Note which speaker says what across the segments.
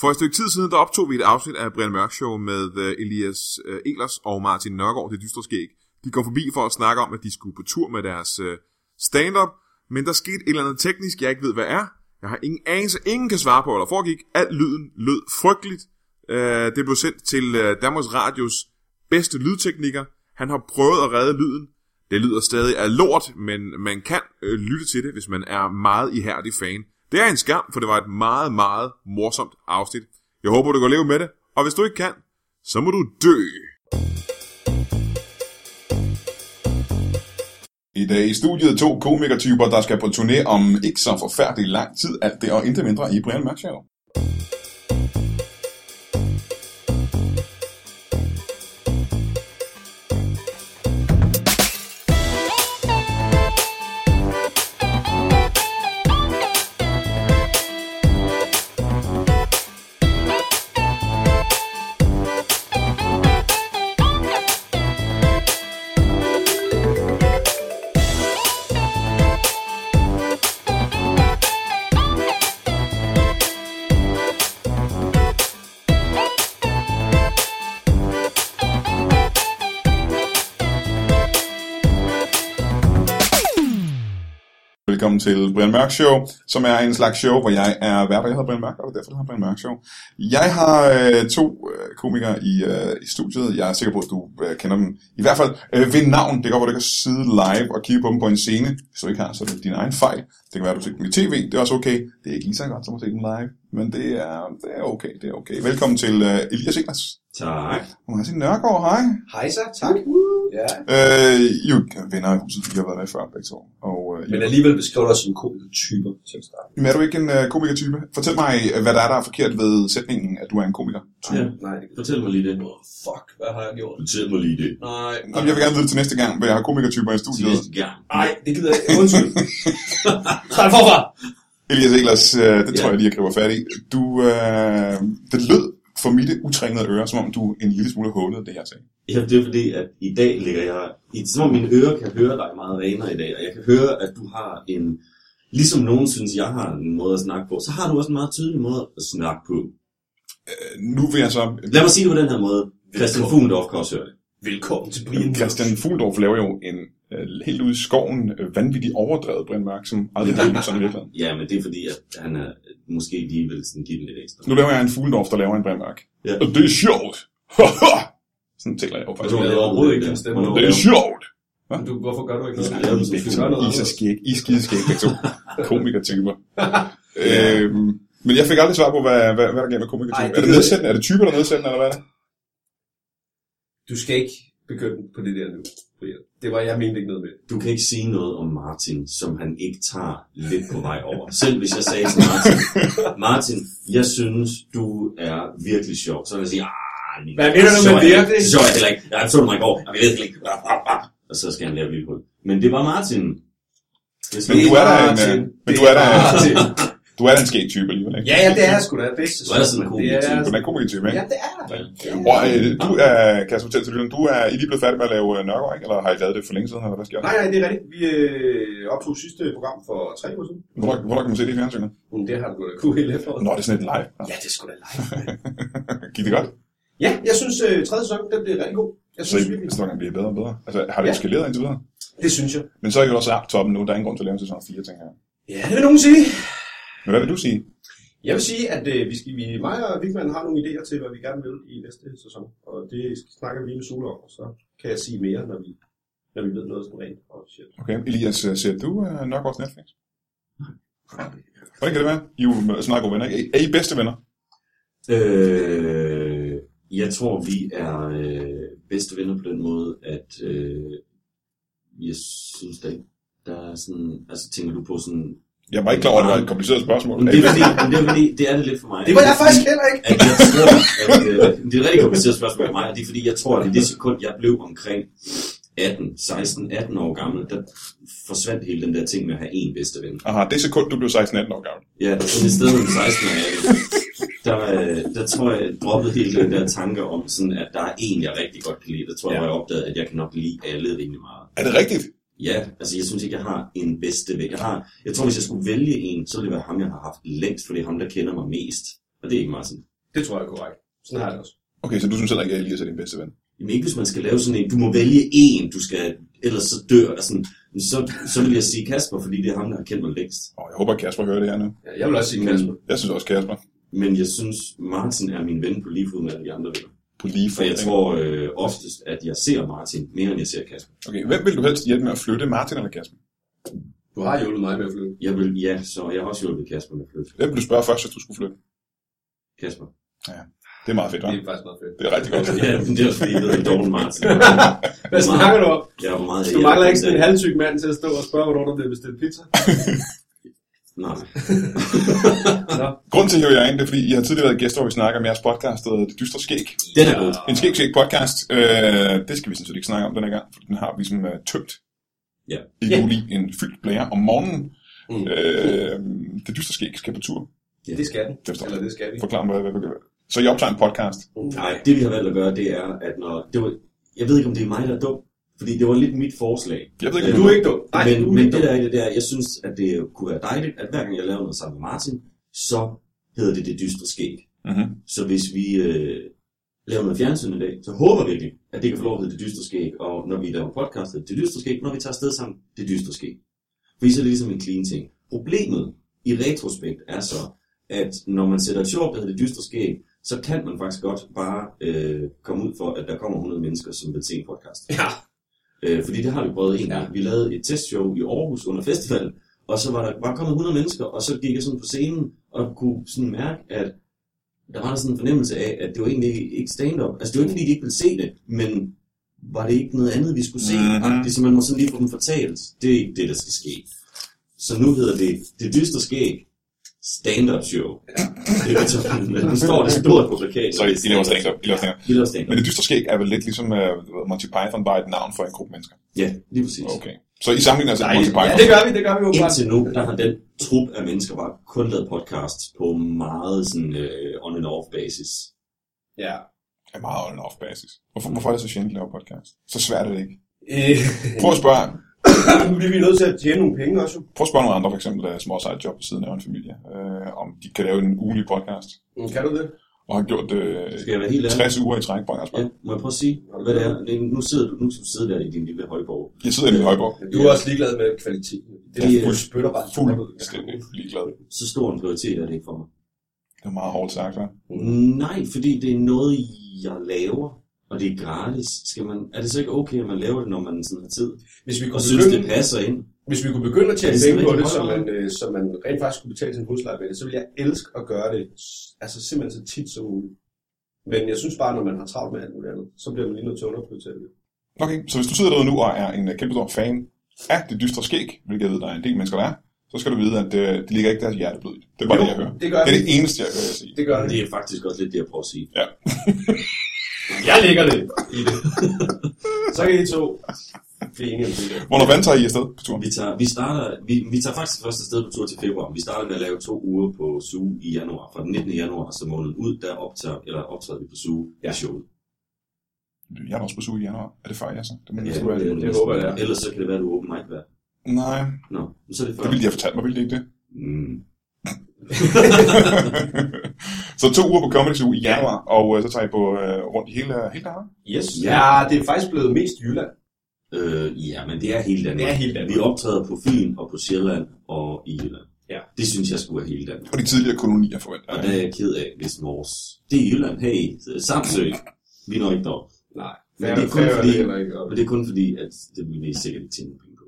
Speaker 1: For et stykke tid siden, der optog vi et afsnit af Brian Mørk Show med øh, Elias øh, Elers og Martin Nørgaard, det dystre skæg. De kom forbi for at snakke om, at de skulle på tur med deres øh, stand-up, men der skete et eller andet teknisk, jeg ikke ved, hvad er. Jeg har ingen anelse, ingen kan svare på, hvad der foregik. Alt lyden lød frygteligt. Øh, det blev sendt til øh, Danmarks Radios bedste lydtekniker. Han har prøvet at redde lyden. Det lyder stadig af lort, men man kan øh, lytte til det, hvis man er meget ihærdig fan. Det er en skam, for det var et meget, meget morsomt afsnit. Jeg håber, du kan leve med det, og hvis du ikke kan, så må du dø. I dag i studiet to komikertyper, der skal på turné om ikke så forfærdelig lang tid, alt det og intet mindre i Brian Mørk Show. Velkommen til Brian Mørk Show, som er en slags show, hvor jeg er vært, og jeg hedder Brian Mørk, og det er derfor, du har Brian Mørk Show. Jeg har øh, to øh, komikere i, øh, i studiet. Jeg er sikker på, at du øh, kender dem. I hvert fald øh, ved navn. Det kan godt være, du kan sidde live og kigge på dem på en scene. Hvis du ikke har, så er det din egen fejl. Det kan være, at du ser dem i tv. Det er også okay. Det er ikke lige så godt, som at se dem live. Men det er, det er okay. Det er okay. Velkommen til øh, Elias Ehlers.
Speaker 2: Tak.
Speaker 1: Og Martin Nørgaard, hej.
Speaker 2: Hej så, tak. Ja.
Speaker 1: Øh, I er jo venner i huset, vi har været med før begge to. Og, øh, I
Speaker 2: Men alligevel beskriver du os som komikertyper til at starte.
Speaker 1: Men er du ikke en øh, komikertype? Fortæl mig, øh, hvad der er, der er forkert ved sætningen, at du er en komiker.
Speaker 2: Ja. Nej, det
Speaker 3: Fortæl mig lige det.
Speaker 2: oh, fuck, hvad har jeg gjort?
Speaker 3: Fortæl mig lige det.
Speaker 2: Nej,
Speaker 1: Nå, men jeg vil gerne vide til næste gang, hvad jeg har komikertyper i
Speaker 3: Til
Speaker 1: studiet.
Speaker 3: næste gang.
Speaker 2: nej, det gider jeg ikke. Undskyld. Start forfra.
Speaker 1: Elias Eglers, øh, det
Speaker 3: Ja.
Speaker 1: tror jeg lige, jeg griber fat i. Du, øh, det lød for mit utrænede øre, som om du en lille smule hånede det, jeg sagde.
Speaker 3: Ja, det er fordi, at i dag ligger jeg... I, som om mine ører kan høre dig meget renere i dag, og jeg kan høre, at du har en... Ligesom nogen synes, jeg har en måde at snakke på, så har du også en meget tydelig måde at snakke på.
Speaker 1: Øh, Nu vil jeg så...
Speaker 3: Lad mig sige det på den her måde. Christian Fugendorf kan også høre det.
Speaker 2: Velkommen til Brian.
Speaker 1: Christian Fuldorf laver jo en øh, helt ude i skoven, øh, vanvittigt overdrevet Brian Mørk, som aldrig har sådan i virkeligheden.
Speaker 3: Ja, men det er fordi, at han er, måske lige vil sådan give den lidt ekstra.
Speaker 1: Nu laver jeg en Fuldorf, der laver en Brian Mørk.
Speaker 3: Ja.
Speaker 1: Og det er sjovt! sådan taler jeg jo faktisk.
Speaker 2: Du laver overhovedet ikke den stemme.
Speaker 3: Hvornår
Speaker 1: Det
Speaker 3: laver
Speaker 1: er sjovt!
Speaker 2: Du, hvorfor gør du ikke
Speaker 1: I
Speaker 2: noget?
Speaker 3: Ja, men så
Speaker 1: begge to.
Speaker 3: skal vi gøre
Speaker 1: I
Speaker 2: noget
Speaker 1: er så skæg. I er skideskæg begge to. Komikertyper. øhm, men jeg fik aldrig svar på, hvad, hvad, hvad der gælder med
Speaker 2: Ej,
Speaker 1: komikertyper.
Speaker 2: det
Speaker 1: Er det
Speaker 2: ved jeg
Speaker 1: nedsættende? Er det typer, der er nedsættende, eller hvad er det?
Speaker 2: Du skal ikke begynde på det der nu, Brian. Det var jeg mente ikke noget med.
Speaker 3: Du kan ikke sige noget om Martin, som han ikke tager lidt på vej over. Selv hvis jeg sagde til Martin, Martin, jeg synes, du er virkelig sjov. Så vil jeg sige, ah, nej,
Speaker 2: Hvad mener du
Speaker 3: så
Speaker 2: med
Speaker 3: er jeg-
Speaker 2: virkelig?
Speaker 3: Så er jeg heller ikke. Jeg så mig i går. Jeg ved virkelig ikke. Ah, ah, ah. Og så skal han lave vildt hul. Men det var Martin. Jeg
Speaker 1: Men du
Speaker 3: siger,
Speaker 1: er da en,
Speaker 2: Martin.
Speaker 1: øh, men
Speaker 2: Det
Speaker 1: du er da
Speaker 2: er Martin.
Speaker 1: du er da en skæg type alligevel, ikke?
Speaker 2: Ja, ja, det er jeg sgu da. Det er
Speaker 3: Du er da sådan en
Speaker 2: Det er-
Speaker 1: Du er da en komikertype,
Speaker 2: Ja,
Speaker 1: ikke?
Speaker 2: det er jeg. Ja.
Speaker 1: Og øh, du er, kan jeg så fortælle til lytteren, du er I er lige blevet færdig med at lave øh, Nørgaard, ikke? Eller har I lavet det for længe siden, eller hvad sker der?
Speaker 2: Nej, nej, det er rigtigt. Vi øh, optog sidste program for tre uger siden.
Speaker 1: Hvor, hvor kan man se det i fjernsynet?
Speaker 2: Men det har du da kunne hele efteråret.
Speaker 1: Nå, det er sådan et live.
Speaker 2: Ja, det er sgu da live.
Speaker 1: Gik det godt?
Speaker 2: Ja, jeg synes, øh, tredje sæson, den blev rigtig god. Jeg
Speaker 1: Så
Speaker 2: synes
Speaker 1: I-
Speaker 2: virkelig,
Speaker 1: så kan blive bedre og bedre. Altså, har det
Speaker 2: Ja.
Speaker 1: eskaleret indtil videre?
Speaker 2: det synes jeg.
Speaker 1: Men så er I jo også oppe toppen nu. Der er ingen grund til at lave en sæson 4, tænker jeg.
Speaker 2: Ja, det vil nogen sige.
Speaker 1: Men hvad vil du sige?
Speaker 2: Jeg vil sige, at øh, vi skal, vi, mig og Vigman har nogle idéer til, hvad vi gerne vil i næste sæson. Og det snakker vi lige med Solo om, og så kan jeg sige mere, når vi, når vi ved noget sådan rent officielt.
Speaker 1: Okay, Elias, øh, ser du uh, Nørgaards Netflix? Hvordan kan det være? I er jo snart gode venner. ikke? Er I bedste venner?
Speaker 3: Øh, jeg tror, vi er øh, bedste venner på den måde, at øh, jeg synes da ikke, der er sådan... Altså, tænker du på sådan
Speaker 1: Jeg var ikke klar over, at det var et kompliceret spørgsmål.
Speaker 3: Men
Speaker 1: Er
Speaker 3: det,
Speaker 1: I,
Speaker 3: er fordi, men det, er fordi, det er det lidt for mig.
Speaker 2: Det var jeg faktisk heller ikke.
Speaker 3: At jeg tror, at, øh, det er et rigtig kompliceret spørgsmål for mig, og det er fordi, jeg tror, at i det sekund, jeg blev omkring 18, 16, 18 år gammel, der forsvandt hele den der ting med at have én bedste ven.
Speaker 1: aha, det sekund, du blev 16-18 år gammel.
Speaker 3: Ja, så i stedet for 16 og 18, der, øh, der tror jeg, jeg droppede hele den der tanke om, sådan, at der er én, jeg rigtig godt kan lide. Der tror jeg,
Speaker 2: Ja.
Speaker 3: hvor jeg opdagede, at jeg kan nok lide alle rimelig meget.
Speaker 1: Er det rigtigt?
Speaker 3: Ja, altså jeg synes ikke, jeg har en bedste ven. Jeg, har, jeg tror, hvis jeg skulle vælge en, så ville det være ham, jeg har haft længst, for det er ham, der kender mig mest. Og det er ikke Martin.
Speaker 2: Det tror jeg er korrekt. Sådan har jeg det også.
Speaker 4: Okay, så du synes heller ikke, at Elias er din bedste ven?
Speaker 3: Jamen ikke hvis man skal lave sådan en, du må vælge en, du skal, ellers så dør, altså, så, så vil jeg sige Kasper, fordi det er ham, der har kendt mig længst.
Speaker 4: Og jeg håber, at Kasper hører det her nu.
Speaker 2: Ja, jeg vil også sige Kasper.
Speaker 4: Jeg synes også Kasper.
Speaker 3: Men jeg synes, Martin er min ven på lige fod med alle de andre venner.
Speaker 4: På lige
Speaker 3: For
Speaker 4: fod.
Speaker 3: jeg
Speaker 4: ikke?
Speaker 3: tror øh, oftest, at jeg ser Martin mere, end jeg ser Kasper.
Speaker 4: Okay, hvem vil du helst hjælpe med at flytte, Martin eller Kasper?
Speaker 2: Du har hjulpet mig med at flytte.
Speaker 3: Jeg vil, ja, så jeg har også hjulpet Kasper med at flytte.
Speaker 4: Hvem vil du spørge først, hvis du skulle flytte?
Speaker 3: Kasper.
Speaker 4: Det er meget fedt, hva'?
Speaker 2: Det er faktisk meget fedt.
Speaker 4: Det er rigtig godt.
Speaker 3: Ja, men det er også fordi, jeg ved, at dårlig Martin.
Speaker 2: Hvad snakker du om?
Speaker 3: Jeg er meget
Speaker 2: Du mangler ikke sådan en halvsyg mand til at stå og spørge, hvornår der bliver bestilt pizza.
Speaker 3: Nej.
Speaker 2: Nå.
Speaker 4: Grunden til, at jeg hiver jer ind, det er, fordi I har tidligere været gæster, hvor vi snakker om jeres podcast, der hedder Det Dystre Skæg.
Speaker 3: Den er god.
Speaker 4: En skæg skæg podcast. Øh, det skal vi sådan set ikke snakke om den her gang, for den har vi ligesom øh, tømt.
Speaker 3: Ja.
Speaker 4: I
Speaker 2: Ja.
Speaker 4: juli en fyldt blære om morgenen.
Speaker 2: Mm.
Speaker 4: Øh, det Dystre Skæg skal på tur.
Speaker 2: Det skal den.
Speaker 4: Det forstår
Speaker 2: Eller det skal vi.
Speaker 4: Forklar mig, hvad, hvad vi gør. Så I optager en podcast.
Speaker 3: Nej, det vi har valgt at gøre, det er, at når... Det var, jeg ved ikke, om det er mig, der er dum. Fordi det var lidt mit forslag.
Speaker 4: Jeg ved ikke,
Speaker 2: Du
Speaker 4: om
Speaker 2: er ikke dum. Nej,
Speaker 3: men,
Speaker 2: du er
Speaker 3: men
Speaker 2: ikke
Speaker 3: det
Speaker 2: dum.
Speaker 3: der er i det der, jeg synes, at det kunne være dejligt, at hver gang jeg laver noget sammen med Martin, så hedder det det dystre skæg.
Speaker 4: Mhm.
Speaker 3: Så hvis vi øh, laver noget fjernsyn i dag, så håber vi virkelig, at det kan få lov at hedde det dystre skæg. Og når vi laver podcast, hedder det det dystre skæg. Når vi tager afsted sammen, det dystre skæg. Fordi så er det ligesom en clean ting. Problemet i retrospekt er så, at når man sætter et sjovt, der hedder det dystre skæg, så kan man faktisk godt bare øh, komme ud for, at der kommer 100 mennesker, som vil se en podcast.
Speaker 2: Ja.
Speaker 3: Øh, fordi det har vi prøvet en gang. Vi lavede et testshow i Aarhus under festivalen, og så var der bare kommet 100 mennesker, og så gik jeg sådan på scenen og kunne sådan mærke, at der var der sådan en fornemmelse af, at det var egentlig ikke stand-up. Altså det var ikke, fordi de ikke ville se det, men var det ikke noget andet, vi skulle se?
Speaker 4: Mhm.
Speaker 3: Mm-hmm. Så man må sådan lige få dem fortalt. Det er ikke det, der skal ske. Så nu hedder det, det dystre skæg, stand-up show. Det er sådan, nu står det stort på plakaten.
Speaker 4: Så I, I laver stand-up. I laver stand-up.
Speaker 3: Vi laver
Speaker 4: Men
Speaker 3: stand-up.
Speaker 4: det dystre skæg er vel lidt ligesom øh, du ved, Monty Python, bare et navn for en gruppe mennesker.
Speaker 3: Ja, lige præcis.
Speaker 4: Okay. Så I sammenligner altså
Speaker 2: Nej,
Speaker 4: Monty Python?
Speaker 2: ja, det gør vi, det gør vi jo bare.
Speaker 3: Indtil nu, der har den trup af mennesker bare kun lavet podcast på meget sådan øh, on and off basis.
Speaker 2: Ja.
Speaker 4: er meget on off basis. Hvorfor, hvorfor er det så sjældent, at lave podcast? Så svært er det ikke.
Speaker 2: Øh,
Speaker 4: Prøv at spørge,
Speaker 2: vi er nødt til at tjene nogle penge også. jo.
Speaker 4: prøv at spørge nogle andre, for eksempel der er små side job ved siden af en familie, øh, om de kan lave en ugenlig podcast.
Speaker 2: Mm, Kan du det?
Speaker 4: Og har gjort øh,
Speaker 3: Skal jeg være helt ærlig?
Speaker 4: 60 uger i træk, bare
Speaker 3: Ja, må jeg prøve at sige, hvad det er? Det er- Nu sidder du, nu skal du sidde der i din lille højborg.
Speaker 4: Jeg sidder i min højborg,
Speaker 2: Du er også ligeglad med kvaliteten. Det er øh,
Speaker 3: Ja,
Speaker 2: ja,
Speaker 3: fuld-
Speaker 2: du spytter bare.
Speaker 4: fuldstændig ligeglad.
Speaker 3: Så stor en prioritet er det ikke for mig.
Speaker 4: Det er meget hårdt sagt, hva'?
Speaker 3: Nej, fordi det er noget, jeg laver, og det er gratis. Skal man, er det så ikke okay, at man laver det, når man sådan har tid?
Speaker 2: Hvis vi,
Speaker 3: Og
Speaker 2: kunne
Speaker 3: synes, det
Speaker 2: begynde,
Speaker 3: passer ind.
Speaker 2: hvis vi kunne begynde at tjene
Speaker 3: Ja, det er
Speaker 2: penge på
Speaker 3: rigtig
Speaker 2: det,
Speaker 3: meget
Speaker 2: så man, øh, så man rent faktisk kunne betale sin husleje med det, så ville jeg elske at gøre det s- altså simpelthen så tit som muligt. Men jeg synes bare, når man har travlt med alt muligt andet, så bliver man lige nødt til at underprioritere det.
Speaker 4: Okay, så hvis du sidder derude nu og er en øh, kæmpe stor fan af det dystre skæg, hvilket jeg ved, der er en del mennesker, der er, så skal du vide, at øh, det ligger ikke deres hjerte blødt. Det er bare det, jeg hører.
Speaker 2: det gør
Speaker 4: Det
Speaker 2: det.
Speaker 4: er det eneste, jeg hører jeg sige.
Speaker 2: Det gør det.
Speaker 3: Det er faktisk også lidt det, jeg prøver at sige.
Speaker 2: Jeg lægger det i det. så kan I to blive enige om det. der.
Speaker 4: Hvornår vand tager I afsted på turen?
Speaker 3: Vi tager, vi, starter, vi, vi tager faktisk først afsted på tur til februar. Vi starter med at lave to uger på SU i januar. Fra den 19. januar, så måneden ud, der optager, eller optræder vi på SU ja.
Speaker 2: Ja.
Speaker 3: i showet.
Speaker 4: Jeg er også på suge i januar. Er det før, jeg så? Det må jeg næsten
Speaker 3: det,
Speaker 4: være.
Speaker 3: er
Speaker 2: det håber jeg, det er.
Speaker 3: Ellers så kan det være, at du åben mic værd.
Speaker 4: Nej,
Speaker 3: Nå, men så er det før.
Speaker 4: det ville de have fortalt mig, ville de ikke det?
Speaker 3: Mm.
Speaker 4: så to uger på Comedy Zoo i januar, og øh, så tager I på øh, rundt i hele, hele Danmark.
Speaker 2: Yes.
Speaker 3: Ja.
Speaker 2: Ja, det er faktisk blevet mest Jylland.
Speaker 3: Øh, ja, men det er hele Danmark.
Speaker 2: Det er hele Danmark.
Speaker 3: Vi optræder på Fyn og på Sjælland og i Jylland.
Speaker 2: Ja.
Speaker 3: Det synes jeg skulle være hele Danmark.
Speaker 4: På de tidligere kolonier forventer
Speaker 3: Og
Speaker 4: jeg.
Speaker 3: der er jeg ked af, hvis vores... Det er Jylland. Hey, Samsø. Vi når ikke derop.
Speaker 2: Nej.
Speaker 3: Men det er kun fordi-
Speaker 2: ikke op.
Speaker 3: Men det er kun fordi, at det vil vi sikkert ikke tjene penge på.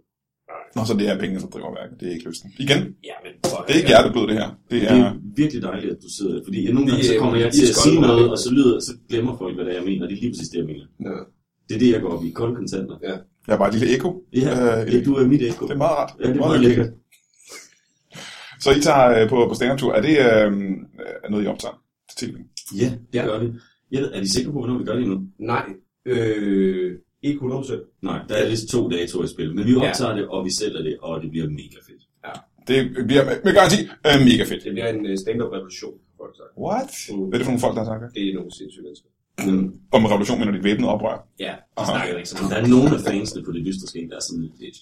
Speaker 4: Nå, så det er pengene, som driver værket. Det er ikke lysten. Igen,
Speaker 2: Ja, men
Speaker 4: det er ikke hjerteblod, det her. Det
Speaker 3: Det
Speaker 4: er...
Speaker 3: er virkelig dejligt, at du sidder der, fordi nogle gange
Speaker 2: Vi,
Speaker 3: så
Speaker 2: øh,
Speaker 3: kommer jeg
Speaker 2: vi
Speaker 3: til at
Speaker 2: skal
Speaker 3: sige
Speaker 2: holde
Speaker 3: noget,
Speaker 2: op.
Speaker 3: og så, lyder, så glemmer folk, hvad det er, jeg mener. Det er lige præcis det, jeg mener.
Speaker 2: Ja.
Speaker 3: Det er det, jeg går op i. Kolde kontanter.
Speaker 4: Jeg er bare et lille ekko.
Speaker 3: Ja,
Speaker 4: Øh,
Speaker 3: det, du er mit ekko.
Speaker 4: det er meget rart.
Speaker 3: Ja, det er meget
Speaker 4: Meget hyggeligt.
Speaker 3: lækkert.
Speaker 4: Så I tager øh, på, på stand-up-tur. Er det øh, øh, noget, I optager til tv?
Speaker 3: Ja, det
Speaker 2: Ja.
Speaker 3: gør vi. Jeg ved, er de sikre på, hvornår vi gør det endnu?
Speaker 2: Nej. Øh, ikke 100%.
Speaker 3: Nej, der er vist to datoer i spil, men vi optager det, og vi sælger det, og det bliver mega fedt.
Speaker 4: Det bliver med, med garanti øh, mega fedt.
Speaker 2: Det bliver en øh, stand-up revolution, har folk sagt.
Speaker 4: What?
Speaker 2: Mm.
Speaker 4: Hvad er det for nogle folk, der har sagt det?
Speaker 2: Det er nogle sindssyge mennesker.
Speaker 3: Men
Speaker 4: Og med revolution mener de et væbnet oprør.
Speaker 2: Ja,
Speaker 4: Aha.
Speaker 2: de snakker ikke så meget.
Speaker 3: der er nogle af fansene på det dystre skæg, der er sådan lidt...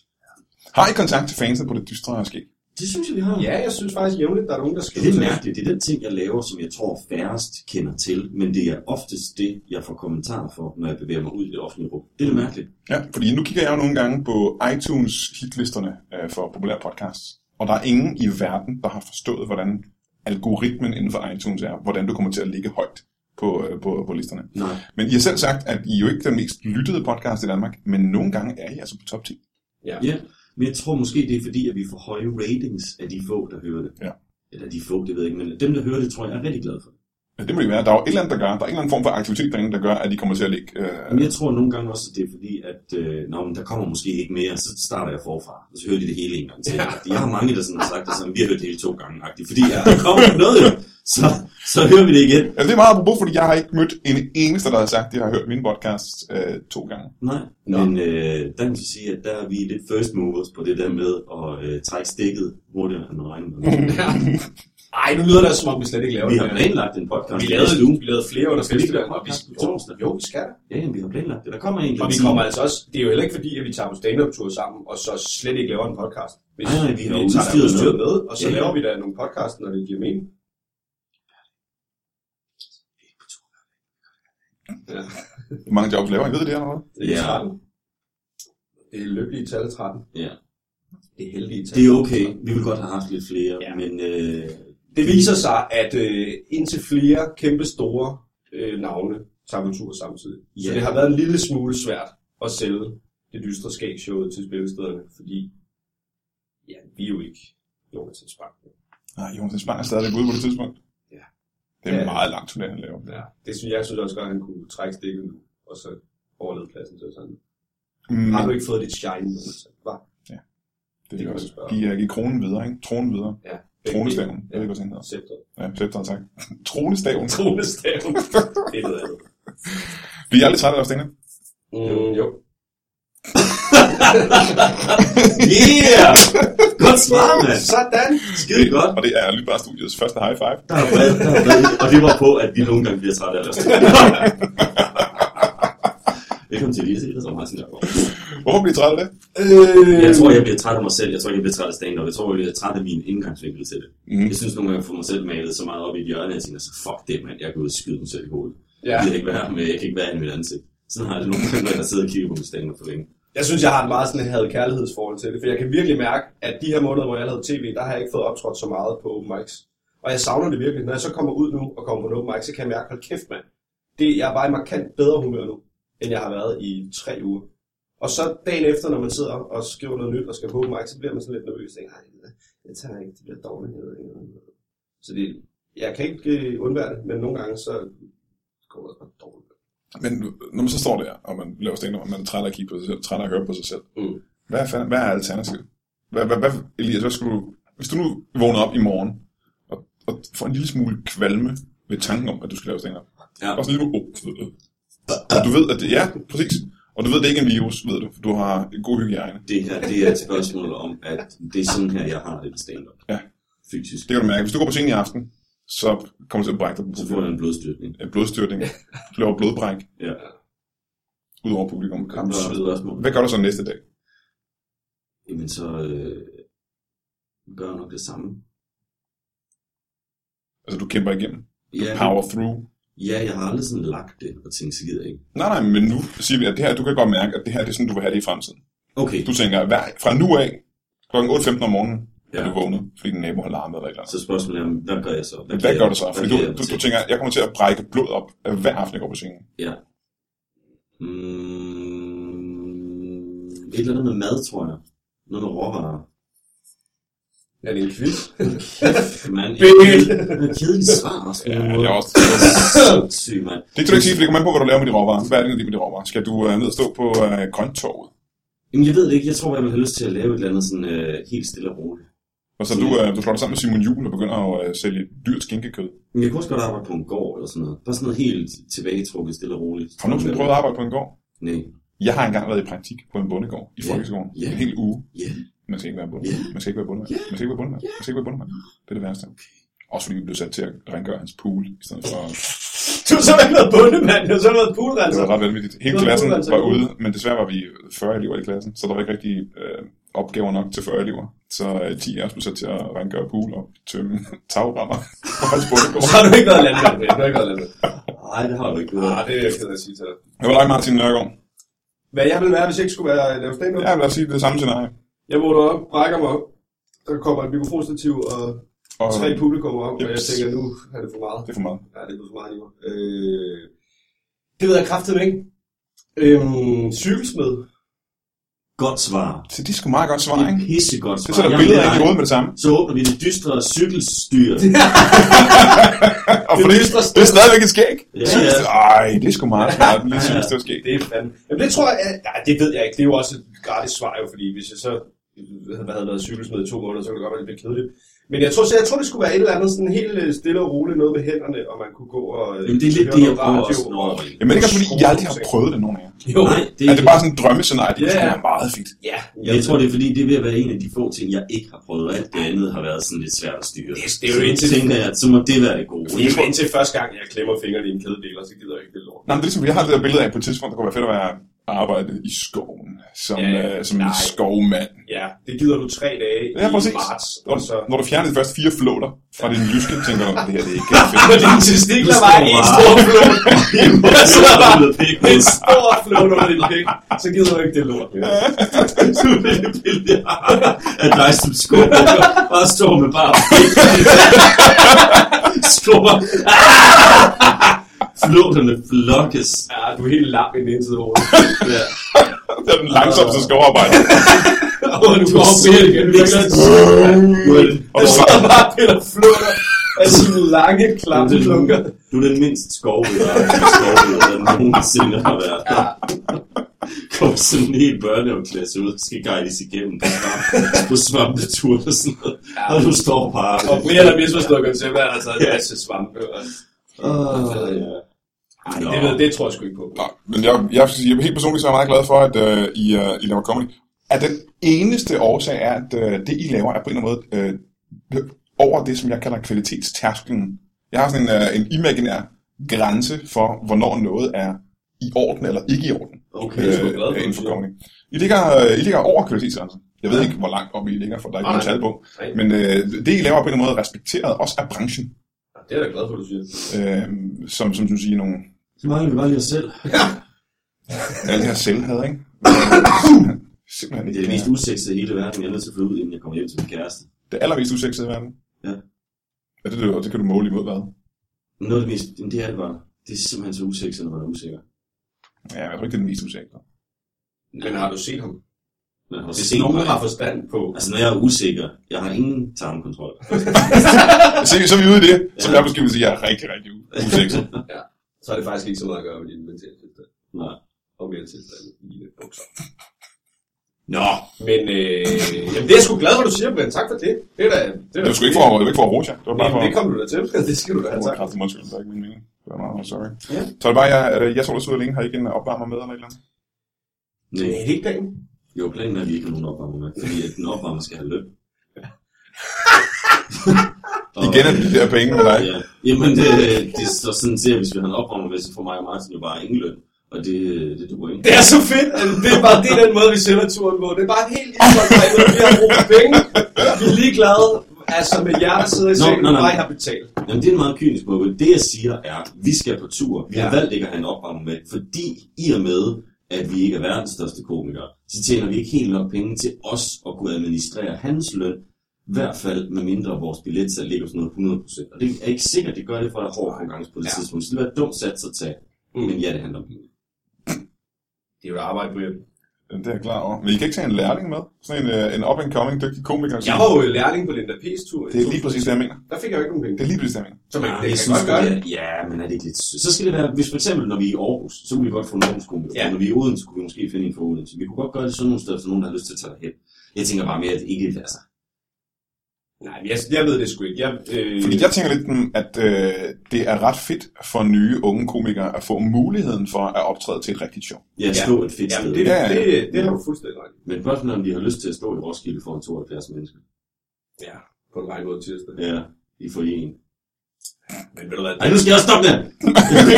Speaker 4: Har I kontakt til fansene på det dystre skæg?
Speaker 3: Det synes jeg, vi har.
Speaker 2: Ja, jeg synes faktisk jævnligt, der er nogen, der
Speaker 3: Det
Speaker 2: skriver
Speaker 3: er lidt
Speaker 2: til os.
Speaker 3: mærkeligt. Det er den ting, jeg laver, som jeg tror færrest kender til, men det er oftest det, jeg får kommentarer for, når jeg bevæger mig ud i det offentlige rum. Det er lidt mærkeligt.
Speaker 4: Ja, fordi nu kigger jeg jo nogle gange på iTunes hitlisterne øh, for populære podcasts, og der er ingen i verden, der har forstået, hvordan algoritmen inden for iTunes er, hvordan du kommer til at ligge højt på, øh, på, på listerne.
Speaker 3: Nej.
Speaker 4: Men I har selv sagt, at I er jo ikke den mest lyttede podcast i Danmark, men nogle gange er I altså på top 10.
Speaker 3: Ja, men jeg tror måske, det er fordi, at vi får høje ratings af de få, der hører det.
Speaker 4: Ja.
Speaker 3: Eller de få, det ved jeg ikke, men dem, der hører det, tror jeg er rigtig glad for.
Speaker 4: Ja, det må det være. Der er jo et eller andet, der gør, der er en eller anden form for aktivitet derinde, der gør, at I kommer til at ligge... Øh,
Speaker 3: Men jeg tror nogle gange også, at det er fordi, at øh, nå, men der kommer måske ikke mere, så starter jeg forfra, og så hører de det hele en gang til. Ja. Jeg har mange, der sådan har sagt det sådan, vi har hørt det hele to gange, agtigt, fordi ja, der kommer ikke noget, jo. så, så hører vi det igen.
Speaker 4: altså, det er meget apropos, fordi jeg har ikke mødt en eneste, der har sagt, at de har hørt min podcast øh, to gange.
Speaker 3: Nej,
Speaker 2: Nå.
Speaker 3: men øh, der kan man så sige, at der er vi lidt first movers på det der med at øh, trække stikket hurtigere end man regner med.
Speaker 2: Ja. Ej, nu lyder det altså, som om vi slet ikke laver
Speaker 3: Vi
Speaker 2: det.
Speaker 3: har planlagt en podcast.
Speaker 2: vi lavede,
Speaker 3: næste uge.
Speaker 2: vi lavede flere under
Speaker 3: Skal vi ikke
Speaker 2: festival,
Speaker 3: lave
Speaker 2: og vi
Speaker 3: podcast på
Speaker 2: jo,
Speaker 3: torsdag?
Speaker 2: jo, vi skal da.
Speaker 3: Ja, jamen, vi har planlagt det. Der kommer en
Speaker 2: Og vi
Speaker 3: time.
Speaker 2: kommer altså også, det er jo heller ikke fordi, at vi tager på stand-up-tur sammen, og så slet ikke laver en podcast. Hvis
Speaker 3: Nej, nej, vi har
Speaker 2: tager da
Speaker 3: udstyret
Speaker 2: udstyret med, og så
Speaker 3: Ja, ja.
Speaker 2: laver vi da nogle podcasts, når det giver mening.
Speaker 4: Hvor mange jobs laver I? Ved I det allerede?
Speaker 2: Det er
Speaker 3: Ja.
Speaker 2: 13. Det er lykkelige tal 13.
Speaker 3: Ja.
Speaker 2: Det er heldige tal.
Speaker 3: Det er okay. Vi vil godt have haft lidt flere,
Speaker 2: Ja.
Speaker 3: ja. men øh,
Speaker 2: Det viser sig, at øh, indtil flere kæmpe store øh, navne tager på tur samtidig. Så
Speaker 3: Ja.
Speaker 2: det har været en lille smule svært at sælge det dystre skagshowet til spillestederne, fordi ja, vi er jo ikke Jonathan Spang.
Speaker 4: Nej, Jonas Spang er stadigvæk ude på det tidspunkt.
Speaker 2: Ja.
Speaker 4: Det er
Speaker 2: Ja.
Speaker 4: en meget lang turné, han laver.
Speaker 2: Ja. Det synes jeg synes også godt, at han kunne trække stikket nu, og så overlede pladsen til sådan.
Speaker 4: Men
Speaker 2: Har du ikke fået dit shine, Jonathan? Hva?
Speaker 4: det
Speaker 2: det
Speaker 4: Mm, er
Speaker 2: kan
Speaker 4: jo
Speaker 2: man
Speaker 4: også.
Speaker 2: spørge.
Speaker 4: Giv, øh, giv kronen videre, ikke? Tronen videre.
Speaker 2: Ja.
Speaker 4: Tronestaven. Jeg ved ikke, hvad sådan hedder.
Speaker 2: Scepter.
Speaker 4: Ja, scepteren, tak. Tronestaven.
Speaker 2: Tronestaven. det er noget andet.
Speaker 4: Vi er aldrig trætte af os, Stine.
Speaker 2: Mm, jo.
Speaker 3: yeah! godt svar, mand!
Speaker 2: Sådan!
Speaker 3: Skide godt.
Speaker 4: Og det er Lydbar Studios første high five.
Speaker 3: Der er bred, der er bred. Og det var på, at vi nogle gange bliver trætte af os. Velkommen til Lise, som har sin
Speaker 4: Hvorfor bliver I trætte af det?
Speaker 2: Øh,
Speaker 3: Jeg tror, jeg bliver træt af mig selv. Jeg tror ikke, jeg bliver træt af stand-up. Jeg tror, jeg bliver træt af min indgangsvinkel til det.
Speaker 4: Mm.
Speaker 3: Jeg synes nogle gange, jeg får mig selv malet så meget op i et hjørne, at jeg tænker, så fuck det, mand. Jeg kan ud og skyde mig selv i hovedet.
Speaker 2: ja.
Speaker 3: Jeg kan ikke være med, jeg kan ikke være i mit ansigt. Sådan har jeg det nogle gange, når jeg sidder og kigger på min stand-up for længe.
Speaker 2: Jeg synes, jeg har et meget sådan havde kærlighedsforhold til det, for jeg kan virkelig mærke, at de her måneder, hvor jeg lavede tv, der har jeg ikke fået optrådt så meget på open mics. Og jeg savner det virkelig. Når jeg så kommer ud nu og kommer på en open mic, så kan jeg mærke, hold kæft mand, det, jeg er bare i markant bedre humør nu, end jeg har været i tre uger. Og så dagen efter, når man sidder og skriver noget nyt og skal på open mic, så bliver man sådan lidt nervøs. Jeg tænker, nej, det tager ikke, det bliver dårligt. jeg ved ikke, hvad det er." Så det, jeg kan ikke øh, undvære det, men nogle gange så går det også bare dårligt.
Speaker 4: Men når man så står der, og man laver stand og man er træt af at kigge på sig selv, træt af at høre på sig selv.
Speaker 2: Mm.
Speaker 4: Hvad er, fanden- hvad er alternativet? Hvad, hvad, hvad, Elias, hvad skulle du, hvis du nu vågner op i morgen, og, og får en lille smule kvalme ved tanken om, at du skal lave stand
Speaker 3: Ja.
Speaker 4: Og sådan lidt, oh, og du ved, at det, ja, præcis. Og du ved, det er ikke en virus, ved du, for du har god hygiejne.
Speaker 3: Det her, det er et spørgsmål om, at det er sådan her, jeg har det med stand-up.
Speaker 4: Ja.
Speaker 3: Fysisk.
Speaker 4: Det kan du mærke. Hvis du går på scenen i aften, så kommer du til at brække dig på
Speaker 3: Så får jeg en blodstyrkning.
Speaker 4: en blodstyrtning. Du laver blodbræk
Speaker 3: Ja.
Speaker 4: ud over publikum.
Speaker 3: Kom, så er der et spørgsmål.
Speaker 4: Hvad gør du så næste dag?
Speaker 3: Jamen så øh, gør jeg nok det samme.
Speaker 4: Altså, du kæmper igennem.
Speaker 3: Ja,
Speaker 4: Power through.
Speaker 3: ja, jeg har aldrig sådan lagt det og tænkt, så gider jeg ikke.
Speaker 4: Nej, nej, men nu siger vi, at det her, du kan godt mærke, at det her det er sådan, du vil have det i fremtiden.
Speaker 3: Okay,
Speaker 4: Du tænker, hver, fra nu af, kl. 8.15 om morgenen, ja. er
Speaker 3: Ja.
Speaker 4: du vågnet, fordi din nabo har larmet eller et eller andet.
Speaker 3: så spørgsmålet er, hvad gør jeg så?
Speaker 4: Hvad
Speaker 3: kan
Speaker 4: gør
Speaker 3: jeg-
Speaker 4: du så?
Speaker 3: hvad
Speaker 4: Fordi
Speaker 3: kan
Speaker 4: du,
Speaker 3: jeg
Speaker 4: du, du
Speaker 3: til?
Speaker 4: tænker, jeg kommer til at brække blod op øh, hver aften, jeg går på scenen.
Speaker 3: Mm, et eller andet med mad, tror jeg. Noget med råvarer.
Speaker 2: Er det en quiz?
Speaker 3: Man,
Speaker 2: Big.
Speaker 3: et kedeligt svar også. på
Speaker 4: Ja,
Speaker 3: en
Speaker 4: det
Speaker 3: måde.
Speaker 4: er også...
Speaker 3: Syg, mand.
Speaker 4: Det kan du ikke sige, for det kommer an på, hvad du laver med de råvarer. Hvad er det egentlig med de råvarer? Skal du øh, ned og stå på øh, grønttorvet?
Speaker 3: Jamen, jeg ved det ikke. Jeg tror, jeg vil have lyst til at lave et eller andet sådan øh, helt stille og roligt.
Speaker 4: Og så du, øh, du slår dig sammen med Simon Juhl og begynder at øh, sælge dyrt skinkekød.
Speaker 3: Men jeg kunne også godt arbejde på en gård eller sådan noget. Bare sådan noget helt tilbagetrukket, stille og roligt.
Speaker 4: Har du nogensinde prøvet at arbejde på en gård?
Speaker 3: Nej.
Speaker 4: Jeg har engang været i praktik på en bondegård i
Speaker 3: Ja.
Speaker 4: folkeskolen.
Speaker 3: Ja.
Speaker 4: En hel uge.
Speaker 3: Ja.
Speaker 4: Man skal ikke være bonde.
Speaker 3: Ja.
Speaker 4: Man skal ikke være bondemand.
Speaker 3: Ja.
Speaker 4: Man skal ikke være bondemand. Man skal ikke være bondemand. Det er det værste. Også fordi vi blev sat til at rengøre hans pool, i stedet for...
Speaker 2: Du har så ikke været bundemand, du har så været
Speaker 4: Det
Speaker 2: poolrenser.
Speaker 4: var ret vanvittigt. Hele
Speaker 2: Nå,
Speaker 4: klassen
Speaker 2: det var altså
Speaker 4: var
Speaker 2: god.
Speaker 4: ude, men desværre var vi 40 elever i klassen, så der var ikke rigtig øh, opgaver nok til 40 elever. Så øh, 10 af os blev sat til at rengøre pool og tømme tagrammer og holde
Speaker 2: Så
Speaker 4: spurgt
Speaker 2: har du ikke været landmand, Ben. Du har ikke været landmand.
Speaker 3: Nej, det har du ikke.
Speaker 2: Ah,
Speaker 3: gjort.
Speaker 2: det er jeg ked af at sige til dig.
Speaker 4: Det var dig, Martin Nørgaard.
Speaker 2: Hvad jeg ville være, hvis jeg ikke skulle være lave stand
Speaker 4: Ja, lad os sige det samme scenarie.
Speaker 2: Jeg vågner op, brækker mig op. Der kommer et mikrofonstativ og
Speaker 4: Og
Speaker 2: tre publikum op, og jeg
Speaker 4: Jeps.
Speaker 2: tænker, nu er det for meget.
Speaker 4: det er for meget.
Speaker 2: Ja, det er blevet for meget i mig. Øh, det ved jeg kraftigt ikke. Øhm, cykelsmed.
Speaker 3: Godt svar.
Speaker 4: Så det er sgu meget godt svar,
Speaker 3: Det er
Speaker 4: ikke?
Speaker 3: pissegodt svar.
Speaker 4: Det sætter
Speaker 3: Jeg er
Speaker 4: billeder
Speaker 3: med
Speaker 4: ind i
Speaker 3: dig.
Speaker 4: hovedet med det samme.
Speaker 3: Så åbner vi det dystre cykelstyr.
Speaker 4: Og
Speaker 2: Det
Speaker 4: fordi,
Speaker 2: lystrer
Speaker 4: det er stadigvæk et skæg.
Speaker 3: Ja,
Speaker 4: Så-
Speaker 3: ja.
Speaker 4: Ej, det er sgu meget smart. Lidt
Speaker 3: Ja, ja.
Speaker 4: synes, det var skæg.
Speaker 2: Det er fandme. Jamen det tror jeg, nej, det ved jeg ikke. Det er jo også et gratis svar jo, fordi hvis jeg så øh, havde været cykelsmed i to måneder, så kunne det godt være lidt kedeligt. Men jeg tror, så jeg tror, det skulle være et eller andet sådan helt øh, stille og roligt noget med hænderne, og man kunne gå og... øh,
Speaker 3: Jamen, det er lidt det,
Speaker 2: høre
Speaker 3: jeg
Speaker 2: noget
Speaker 3: prøver at
Speaker 2: radio,
Speaker 3: snå over i.
Speaker 4: Jamen, det er også fordi, I aldrig har prøvet det, nogen af jer.
Speaker 2: Jo,
Speaker 3: Nej, det
Speaker 4: Er
Speaker 3: er,
Speaker 4: det bare sådan et drømmescenarie? Det yeah.
Speaker 2: Ja.
Speaker 4: være meget fedt.
Speaker 2: ja.
Speaker 3: Jeg tror, det er fordi, det er ved at være en af de få ting, jeg ikke har prøvet, og alt det andet har været sådan lidt svært at styre.
Speaker 2: Det- det er jo
Speaker 3: Så
Speaker 2: indtil-
Speaker 3: tænker jeg, at så må det være det gode.
Speaker 2: Det er jo indtil første gang, jeg klemmer fingrene i en kædedeler, så gider jeg ikke det lort.
Speaker 4: Nej, men det er ligesom, jeg har det der billede af på et tidspunkt, der kunne være fedt at være at arbejde i skoven, som,
Speaker 2: Ja, ja.
Speaker 4: yeah. øh, som en
Speaker 2: Nej.
Speaker 4: skovmand.
Speaker 2: Ja, det gider du tre dage
Speaker 4: Ja,
Speaker 2: i
Speaker 4: præcis.
Speaker 2: marts,
Speaker 4: Når,
Speaker 2: og så...
Speaker 4: når du fjerner de første fire flåter fra din jyske, tænker du, det her det er ikke
Speaker 2: Men
Speaker 4: fedt.
Speaker 2: dine testikler var en stor flot. Så var en stor flot under din pik. Så gider du ikke det lort.
Speaker 3: Så er det billede, jeg har af dig som skovbukker, bare står med bare skubber. Flåterne flokkes.
Speaker 2: Ja, du er helt lam i den ene side af hovedet.
Speaker 3: Ja.
Speaker 4: det er den langsomste skovarbejde.
Speaker 2: Og du går op i det igen. Du kan
Speaker 4: Og
Speaker 2: Der
Speaker 4: du
Speaker 2: står bare Peter Fløder af sine lange, klamme klunker.
Speaker 3: Du er den mindst skovveder, der nogensinde har været der. Kom sådan en hel børnehaveklasse ud, skal guides igennem på svamp- på svampetur og sådan noget. Og du står bare...
Speaker 2: Og Brian har misforstået konceptet, han har taget en masse svampe. og-
Speaker 3: Åh, ja.
Speaker 2: Ej,
Speaker 3: Nå.
Speaker 2: det, ved, det tror jeg sgu ikke på.
Speaker 4: Nå, men jeg, jeg, skal sige, jeg er helt personligt så er jeg meget glad for, at øh, I, øh, I laver comedy. At den eneste årsag er, at øh, det I laver er på en eller anden måde øh, over det, som jeg kalder kvalitetstærsklen. Jeg har sådan en, øh, en imaginær grænse for, hvornår noget er i orden eller ikke i orden
Speaker 3: Okay.
Speaker 2: Det er jeg sgu glad for,
Speaker 4: øh,
Speaker 2: du
Speaker 4: inden for
Speaker 2: siger.
Speaker 4: comedy. I ligger, øh, I ligger over kvalitetsgrænsen. Jeg ved ikke, hvor langt op I ligger, for der er ikke
Speaker 2: Nej,
Speaker 4: noget tal på.
Speaker 2: nej.
Speaker 4: Men øh, det, I laver er på en eller anden måde er respekteret, også af branchen,
Speaker 2: Det er jeg da glad for, du siger.
Speaker 4: øh, som, som du siger, nogle
Speaker 3: Så mangler vi bare lige os selv.
Speaker 4: alle de her selvhed, ikke? Simpelthen
Speaker 3: Det
Speaker 4: ikke.
Speaker 3: er det mest usexede i hele verden. Jeg er nødt til at flytte ud, inden jeg kommer hjem til min kæreste.
Speaker 4: det allermest usexede i verden.
Speaker 3: Ja.
Speaker 4: Ja, det, det, det kan du måle imod hvad?
Speaker 3: Noget af det mest... Jamen, det er det bare. Det er simpelthen så usexet, når man er usikker.
Speaker 4: Ja, jeg tror ikke, det er det mest usexede.
Speaker 2: Men har du set ham?
Speaker 3: Man har
Speaker 2: Hvis
Speaker 3: set
Speaker 2: nogen
Speaker 3: mig.
Speaker 2: har forstand på...
Speaker 3: Altså, når jeg er usikker, jeg har ingen tarmkontrol.
Speaker 4: Så, så er vi ude i det, som
Speaker 3: Ja.
Speaker 4: jeg måske vil sige, jeg er rigtig, rigtig usexet.
Speaker 2: så har det faktisk ikke så meget at gøre med din mentale tilstand.
Speaker 3: Nej.
Speaker 2: Og mere tilstand i dine bukser.
Speaker 3: Nå,
Speaker 2: Men øh, jamen, det er jeg sgu glad for, du siger, Brian. Tak for det. Det er da... Det, er
Speaker 4: Det var sgu ikke for, det var ikke for at rose jer. Det var bare
Speaker 2: Jamen,
Speaker 4: for
Speaker 2: det kom du da til. Det skal du da
Speaker 4: at
Speaker 2: have
Speaker 4: rose
Speaker 2: tak.
Speaker 4: kraftig mundskyld. Det var ikke min mening. Det var meget, meget sorry.
Speaker 3: Ja.
Speaker 4: Så er det bare, jeg, er det- jeg tror, du sidder alene. Har I ikke en opvarmer med eller et eller andet?
Speaker 2: Det
Speaker 3: nej.
Speaker 2: er helt pænt.
Speaker 3: Jo, planen er, at vi ikke har nogen opvarmer med, fordi at den opvarmer skal have løn. Og,
Speaker 4: Igen er det de der penge med dig.
Speaker 3: Ja. Jamen, det, det står sådan til, at hvis vi har en opvarmer med, så får mig og Martin jo bare ingen løn. Og det, det duer ikke.
Speaker 2: Det er så fedt. Altså, det er bare det er den måde, vi sælger turen på. Det er bare helt indholdt. Vi har brug for penge. Vi er ligeglade. Altså med jer, der sidder i
Speaker 3: Nå,
Speaker 2: sengen,
Speaker 3: nå,
Speaker 2: og
Speaker 3: nå.
Speaker 2: mig har betalt.
Speaker 3: Jamen, det er en meget kynisk måde. Det, jeg siger, er, at vi skal på tur. Vi har
Speaker 2: Ja.
Speaker 3: valgt ikke at have en opvarmning med, fordi i og med, at vi ikke er verdens største komikere, så tjener vi ikke helt nok penge til os at kunne administrere hans løn. I hvert fald med mindre vores billetsal ligger på sådan noget 100%. Og det er ikke sikkert, det gør det for der er hård konkurrence på det
Speaker 2: Ja.
Speaker 3: tidspunkt. Så det vil være et dumt sats at tage.
Speaker 2: Mm.
Speaker 3: Men ja, det handler om penge.
Speaker 2: Det er jo et arbejde, Brian.
Speaker 4: Det er jeg klar over. Men I kan ikke tage en lærling med? Sådan en, øh, en up-and-coming, dygtig komiker. som-
Speaker 2: Jeg var jo lærling på Linda P's tur. i
Speaker 4: Det er lige præcis det, jeg mener.
Speaker 2: Der fik jeg jo ikke nogen penge.
Speaker 4: Det er lige præcis det, jeg mener.
Speaker 2: Så man,
Speaker 3: Ja,
Speaker 2: det
Speaker 3: Ah, jeg
Speaker 2: kan
Speaker 3: synes,
Speaker 2: godt gøre det.
Speaker 3: det er- Ja, men er det ikke lidt... sødt? Så skal det være, hvis for eksempel, når vi er i Aarhus, så kunne vi godt få en Aarhus komiker.
Speaker 2: Ja.
Speaker 3: Ja. Når vi er i Odense, kunne vi måske finde en for Odense. Vi kunne godt gøre det sådan nogle steder, så nogen, der har lyst til at tage derhen. Jeg tænker bare mere, at det ikke altså,
Speaker 2: Nej, men jeg, jeg ved det sgu ikke. Jeg, øh,
Speaker 4: Fordi jeg tænker lidt, mm, at øh, det er ret fedt for nye unge komikere at få muligheden for at optræde til et rigtigt show.
Speaker 3: Ja,
Speaker 2: Ja.
Speaker 3: stå et fedt
Speaker 2: Jamen,
Speaker 3: sted.
Speaker 2: det,
Speaker 4: Ja, ja.
Speaker 2: det, det, det har du fuldstændig ret i.
Speaker 3: Men spørgsmålet er, om de har lyst til at stå i Roskilde foran 72 mennesker.
Speaker 2: Ja, på en regnvåd tirsdag.
Speaker 3: Ja, i foreningen.
Speaker 2: Men ved du hvad?
Speaker 3: Ej, nu skal jeg også stoppe med.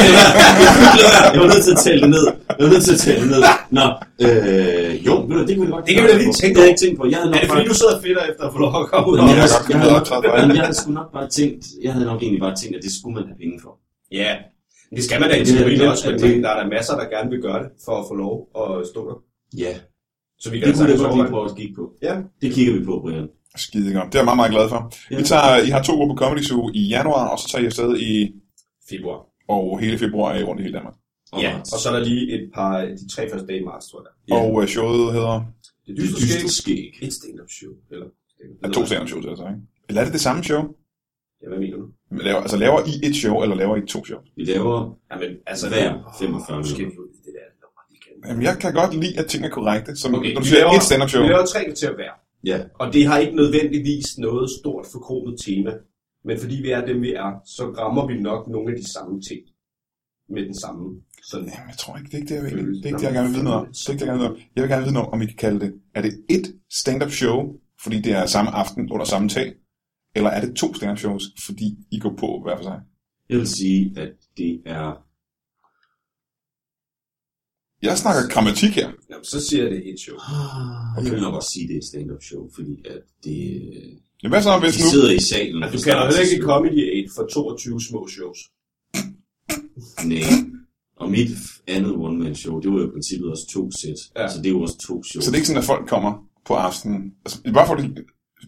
Speaker 3: jeg var nødt til at tælle det ned. Jeg var nødt til at tælle det ned. Nå, øh, jo, ved du, det kunne vi godt
Speaker 2: Det kan vi da lige tænke
Speaker 3: Det havde jeg ikke tænkt på. Jeg havde
Speaker 2: Er
Speaker 3: nok
Speaker 2: det fordi,
Speaker 3: bare...
Speaker 2: du sidder fedt efter at få lov at komme ud?
Speaker 3: Jamen, jeg,
Speaker 4: Jeg
Speaker 3: havde,
Speaker 4: kan
Speaker 3: jeg,
Speaker 4: godt
Speaker 3: havde,
Speaker 4: komme med
Speaker 3: jamen, jeg havde sgu nok bare tænkt, jeg havde nok egentlig bare tænkt, at det skulle man have penge for.
Speaker 2: Ja, det skal man da i
Speaker 3: Det er
Speaker 2: teorien
Speaker 3: det,
Speaker 2: også, men
Speaker 3: at det-
Speaker 2: der er der masser, der gerne vil gøre det for at få lov at stå der.
Speaker 3: Ja,
Speaker 2: Så vi kan
Speaker 3: det kunne
Speaker 2: sagtens
Speaker 3: jeg godt
Speaker 2: overveje
Speaker 3: lige prøve at kigge på.
Speaker 2: Ja.
Speaker 3: Det kigger vi på, Brian.
Speaker 4: Skide godt. Det er jeg meget, meget glad for.
Speaker 3: Ja.
Speaker 4: I, tager, I har to grupper Comedy Zoo i januar, og så tager I afsted i
Speaker 2: februar.
Speaker 4: og hele februar er I rundt i hele Danmark.
Speaker 2: Ja, og så er der lige et par, de tre første dage i marts, tror jeg.
Speaker 3: Ja.
Speaker 4: Og øh, showet hedder...
Speaker 3: det
Speaker 2: Det dyster
Speaker 3: dyste
Speaker 2: skæg.
Speaker 3: skæg.
Speaker 2: Et stand-up show. Eller,
Speaker 4: Er to stand shows altså, ikke? Eller er det det samme show?
Speaker 2: Ja, hvad mener du?
Speaker 4: Laver, altså laver I et show, eller laver I to show?
Speaker 3: Vi laver
Speaker 2: Jamen, altså,
Speaker 3: Hver
Speaker 2: det-
Speaker 3: 45
Speaker 2: Åh, nu skal
Speaker 3: minutter.
Speaker 2: vi ud i det der. Nå, det kan vi.
Speaker 4: Jamen, jeg kan godt lide, at ting er korrekte. Så
Speaker 2: Okay,
Speaker 4: okay, når du
Speaker 2: vi
Speaker 4: siger
Speaker 2: laver-
Speaker 4: et stand-up show,
Speaker 2: Vi laver tre til at være.
Speaker 3: Ja.
Speaker 2: Og det har ikke nødvendigvis noget stort forkromet tema. Men fordi vi er dem, vi er, så rammer vi nok nogle af de samme ting. Med den samme. Sådan.
Speaker 4: Jamen, jeg tror ikke, det er ikke det, jeg, vil. Det er ikke, det, jeg gerne vil vide noget om. Det er ikke, det, jeg gerne vil vide om. Jeg vil gerne vide noget om, om I kan kalde det. Er det et stand-up show, fordi det er samme aften under samme tag? Eller er det to stand-up shows, fordi I går på hver for sig?
Speaker 3: Jeg vil sige, at det er...
Speaker 4: Jeg snakker grammatik her.
Speaker 2: Jamen, så siger jeg det et show.
Speaker 3: Okay. Jeg vil nok også sige, at det er et stand-up show, fordi at det... øh,
Speaker 4: Jamen, hvad så hvis
Speaker 3: De
Speaker 4: nu...
Speaker 3: sidder i salen.
Speaker 2: Du kan jo heller ikke et Comedy 8 for 22 små shows.
Speaker 3: Nej. Og mit andet one-man-show, det var jo i princippet også to sæt.
Speaker 2: Ja.
Speaker 3: Ja. Så det er jo også to shows.
Speaker 4: Så det er ikke sådan, at folk kommer på aftenen. Altså, bare, for,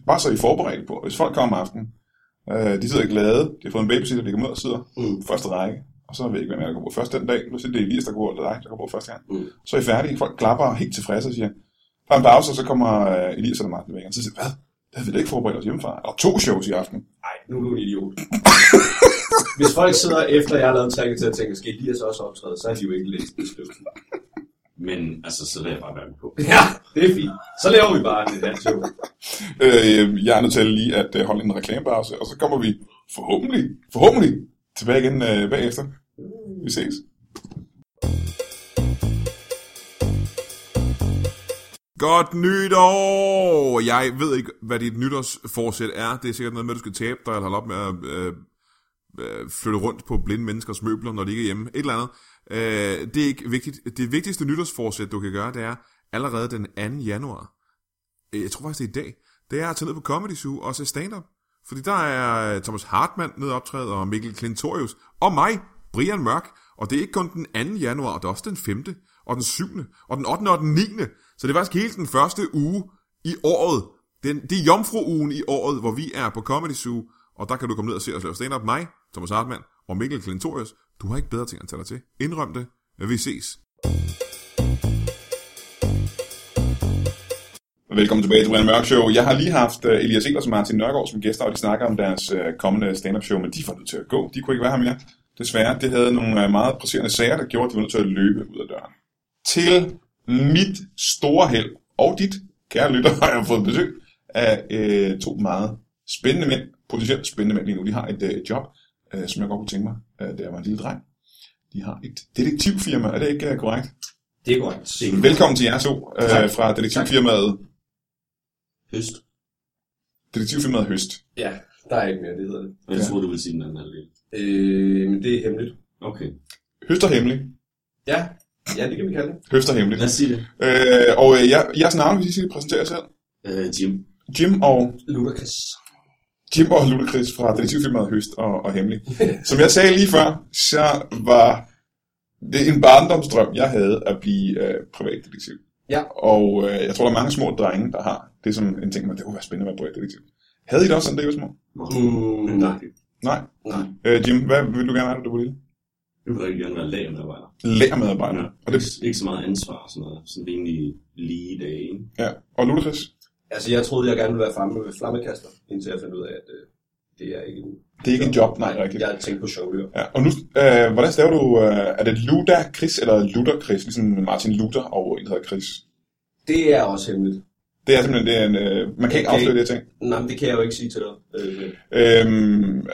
Speaker 4: bare så I er forberedt på. Hvis folk kommer om aftenen, øh, de sidder glade, de har fået en babysitter, de kommer ud og sidder
Speaker 2: Mm.
Speaker 4: på første række. Og så ved jeg ikke, hvem er, der går på først den dag. Hvis det er Elias, der går, eller dig, der går på første gang.
Speaker 3: Mm.
Speaker 4: Så er I færdige. Folk klapper helt tilfredse og siger, der er en pause, og så kommer øh, Elias eller Martin væk. Og så siger, jeg, hvad? Det havde vi da ikke forberedt os hjemmefra. Og to shows i aften.
Speaker 2: Nej, nu er du en idiot. Hvis folk sidder efter, jeg har lavet en trække til at tænke, skal de så også optræde, så har de jo ikke læst beskrivelsen.
Speaker 3: Men altså, så lader jeg bare være med på.
Speaker 2: Ja, det er fint. Så laver vi bare en halv show.
Speaker 4: Øh, jeg er nødt til lige at øh, holde en reklamepause, og så kommer vi forhåbentlig, forhåbentlig tilbage igen øh, bagefter. Vi ses.
Speaker 1: Godt nytår! Jeg ved ikke, hvad dit nytårsforsæt er. Det er sikkert noget med, at du skal tabe dig, eller holde op med at øh, øh, flytte rundt på blinde menneskers møbler, når de ikke er hjemme. Et eller andet. Øh, det er ikke vigtigt. Det vigtigste nytårsforsæt, du kan gøre, det er allerede den 2. januar. Øh, Jeg tror faktisk, det er i dag. Det er at tage ned på Comedy Zoo og se stand-up. Fordi der er øh, Thomas Hartmann nede optræde, og Mikkel Klintorius, og mig, Brian Mørk. Og det er ikke kun den 2. januar, det er også den 5., og den 7., og den 8. og den 9. Så det er faktisk hele den første uge i året. Den, det er jomfru-ugen i året, hvor vi er på Comedy Zoo, og der kan du komme ned og se os lave stand-up. Mig, Thomas Hartmann og Mikkel Klintorius. Du har ikke bedre ting at tage dig til. Indrøm det. Vi ses.
Speaker 4: Velkommen tilbage til Brian Mørk Show. Jeg har lige haft øh, Elias Ehlers og Martin Nørgaard som gæster, og de snakker om deres øh, kommende stand-up show, men de var nødt til at gå. De kunne ikke være her mere. Desværre, det havde nogle øh, meget presserende sager, der gjorde, at de var nødt til at løbe ud af døren. Til mit store held, og dit, kære lytter, har jeg fået besøg af øh, to meget spændende mænd, potentielt spændende mænd lige nu. De har et øh, job, øh, som jeg godt kunne tænke mig, øh, da jeg var en lille dreng. De har et detektivfirma, er det ikke øh, korrekt?
Speaker 2: Det er godt.
Speaker 3: Det er
Speaker 4: Velkommen til jer to øh,
Speaker 2: Tak.
Speaker 4: fra detektivfirmaet,
Speaker 3: høst.
Speaker 4: detektivfirmaet Høst.
Speaker 2: Ja, der er ikke mere, det hedder det.
Speaker 3: Og jeg
Speaker 4: Ja.
Speaker 3: troede, du ville sige den anden halvdel.
Speaker 2: Øh, men det er hemmeligt.
Speaker 3: Okay,
Speaker 4: Høst og hemmelig.
Speaker 2: Ja, ja det kan vi kalde det.
Speaker 4: Høst og hemmelig.
Speaker 3: lad os sige det.
Speaker 4: Øh, og øh, jeg, jeres navn, hvis I skal præsentere jer selv.
Speaker 3: Øh, Jim,
Speaker 4: Jim og,
Speaker 2: Ludacris.
Speaker 4: Jim og Ludacris fra detektivfilmet Høst og, og Hemmelig. Som jeg sagde lige før, så var det en barndomsdrøm, jeg havde at blive øh, privatdetektiv.
Speaker 2: Ja.
Speaker 4: Og øh, jeg tror, der er mange små drenge, der har det som en ting, man, det kunne være spændende at være privatdetektiv. Havde I det også sådan, da I var små?
Speaker 2: Mm, nej.
Speaker 4: Nej.
Speaker 2: Nej.
Speaker 4: Øh, Jim, hvad vil du gerne have, da du var lille?
Speaker 3: Jeg vil rigtig gerne være lagermedarbejder.
Speaker 4: Lærmedarbejder. Ja. Og, det,
Speaker 3: Ikke så meget ansvar og sådan noget. Sådan rimelig lige dage. ikke?
Speaker 4: ja. og Ludacris?
Speaker 2: Altså, jeg troede, jeg gerne ville være fremme med flammekaster, indtil jeg fandt ud af, at øh, det er ikke en...
Speaker 4: Det er ikke en job, nej, rigtigt.
Speaker 2: Jeg tænkte på showlyr.
Speaker 4: Ja, og nu, øh, hvordan staver du, øh, er det Luda Chris eller Luther Chris, ligesom Martin Luther og en, der hedder Chris?
Speaker 2: Det er også hemmeligt.
Speaker 4: Det er simpelthen, det er en, øh, man kan ikke
Speaker 2: Okay.
Speaker 4: afsløre det her ting.
Speaker 2: Nej, men det kan jeg jo ikke sige til dig. Øh, men-
Speaker 4: Øhm, øh,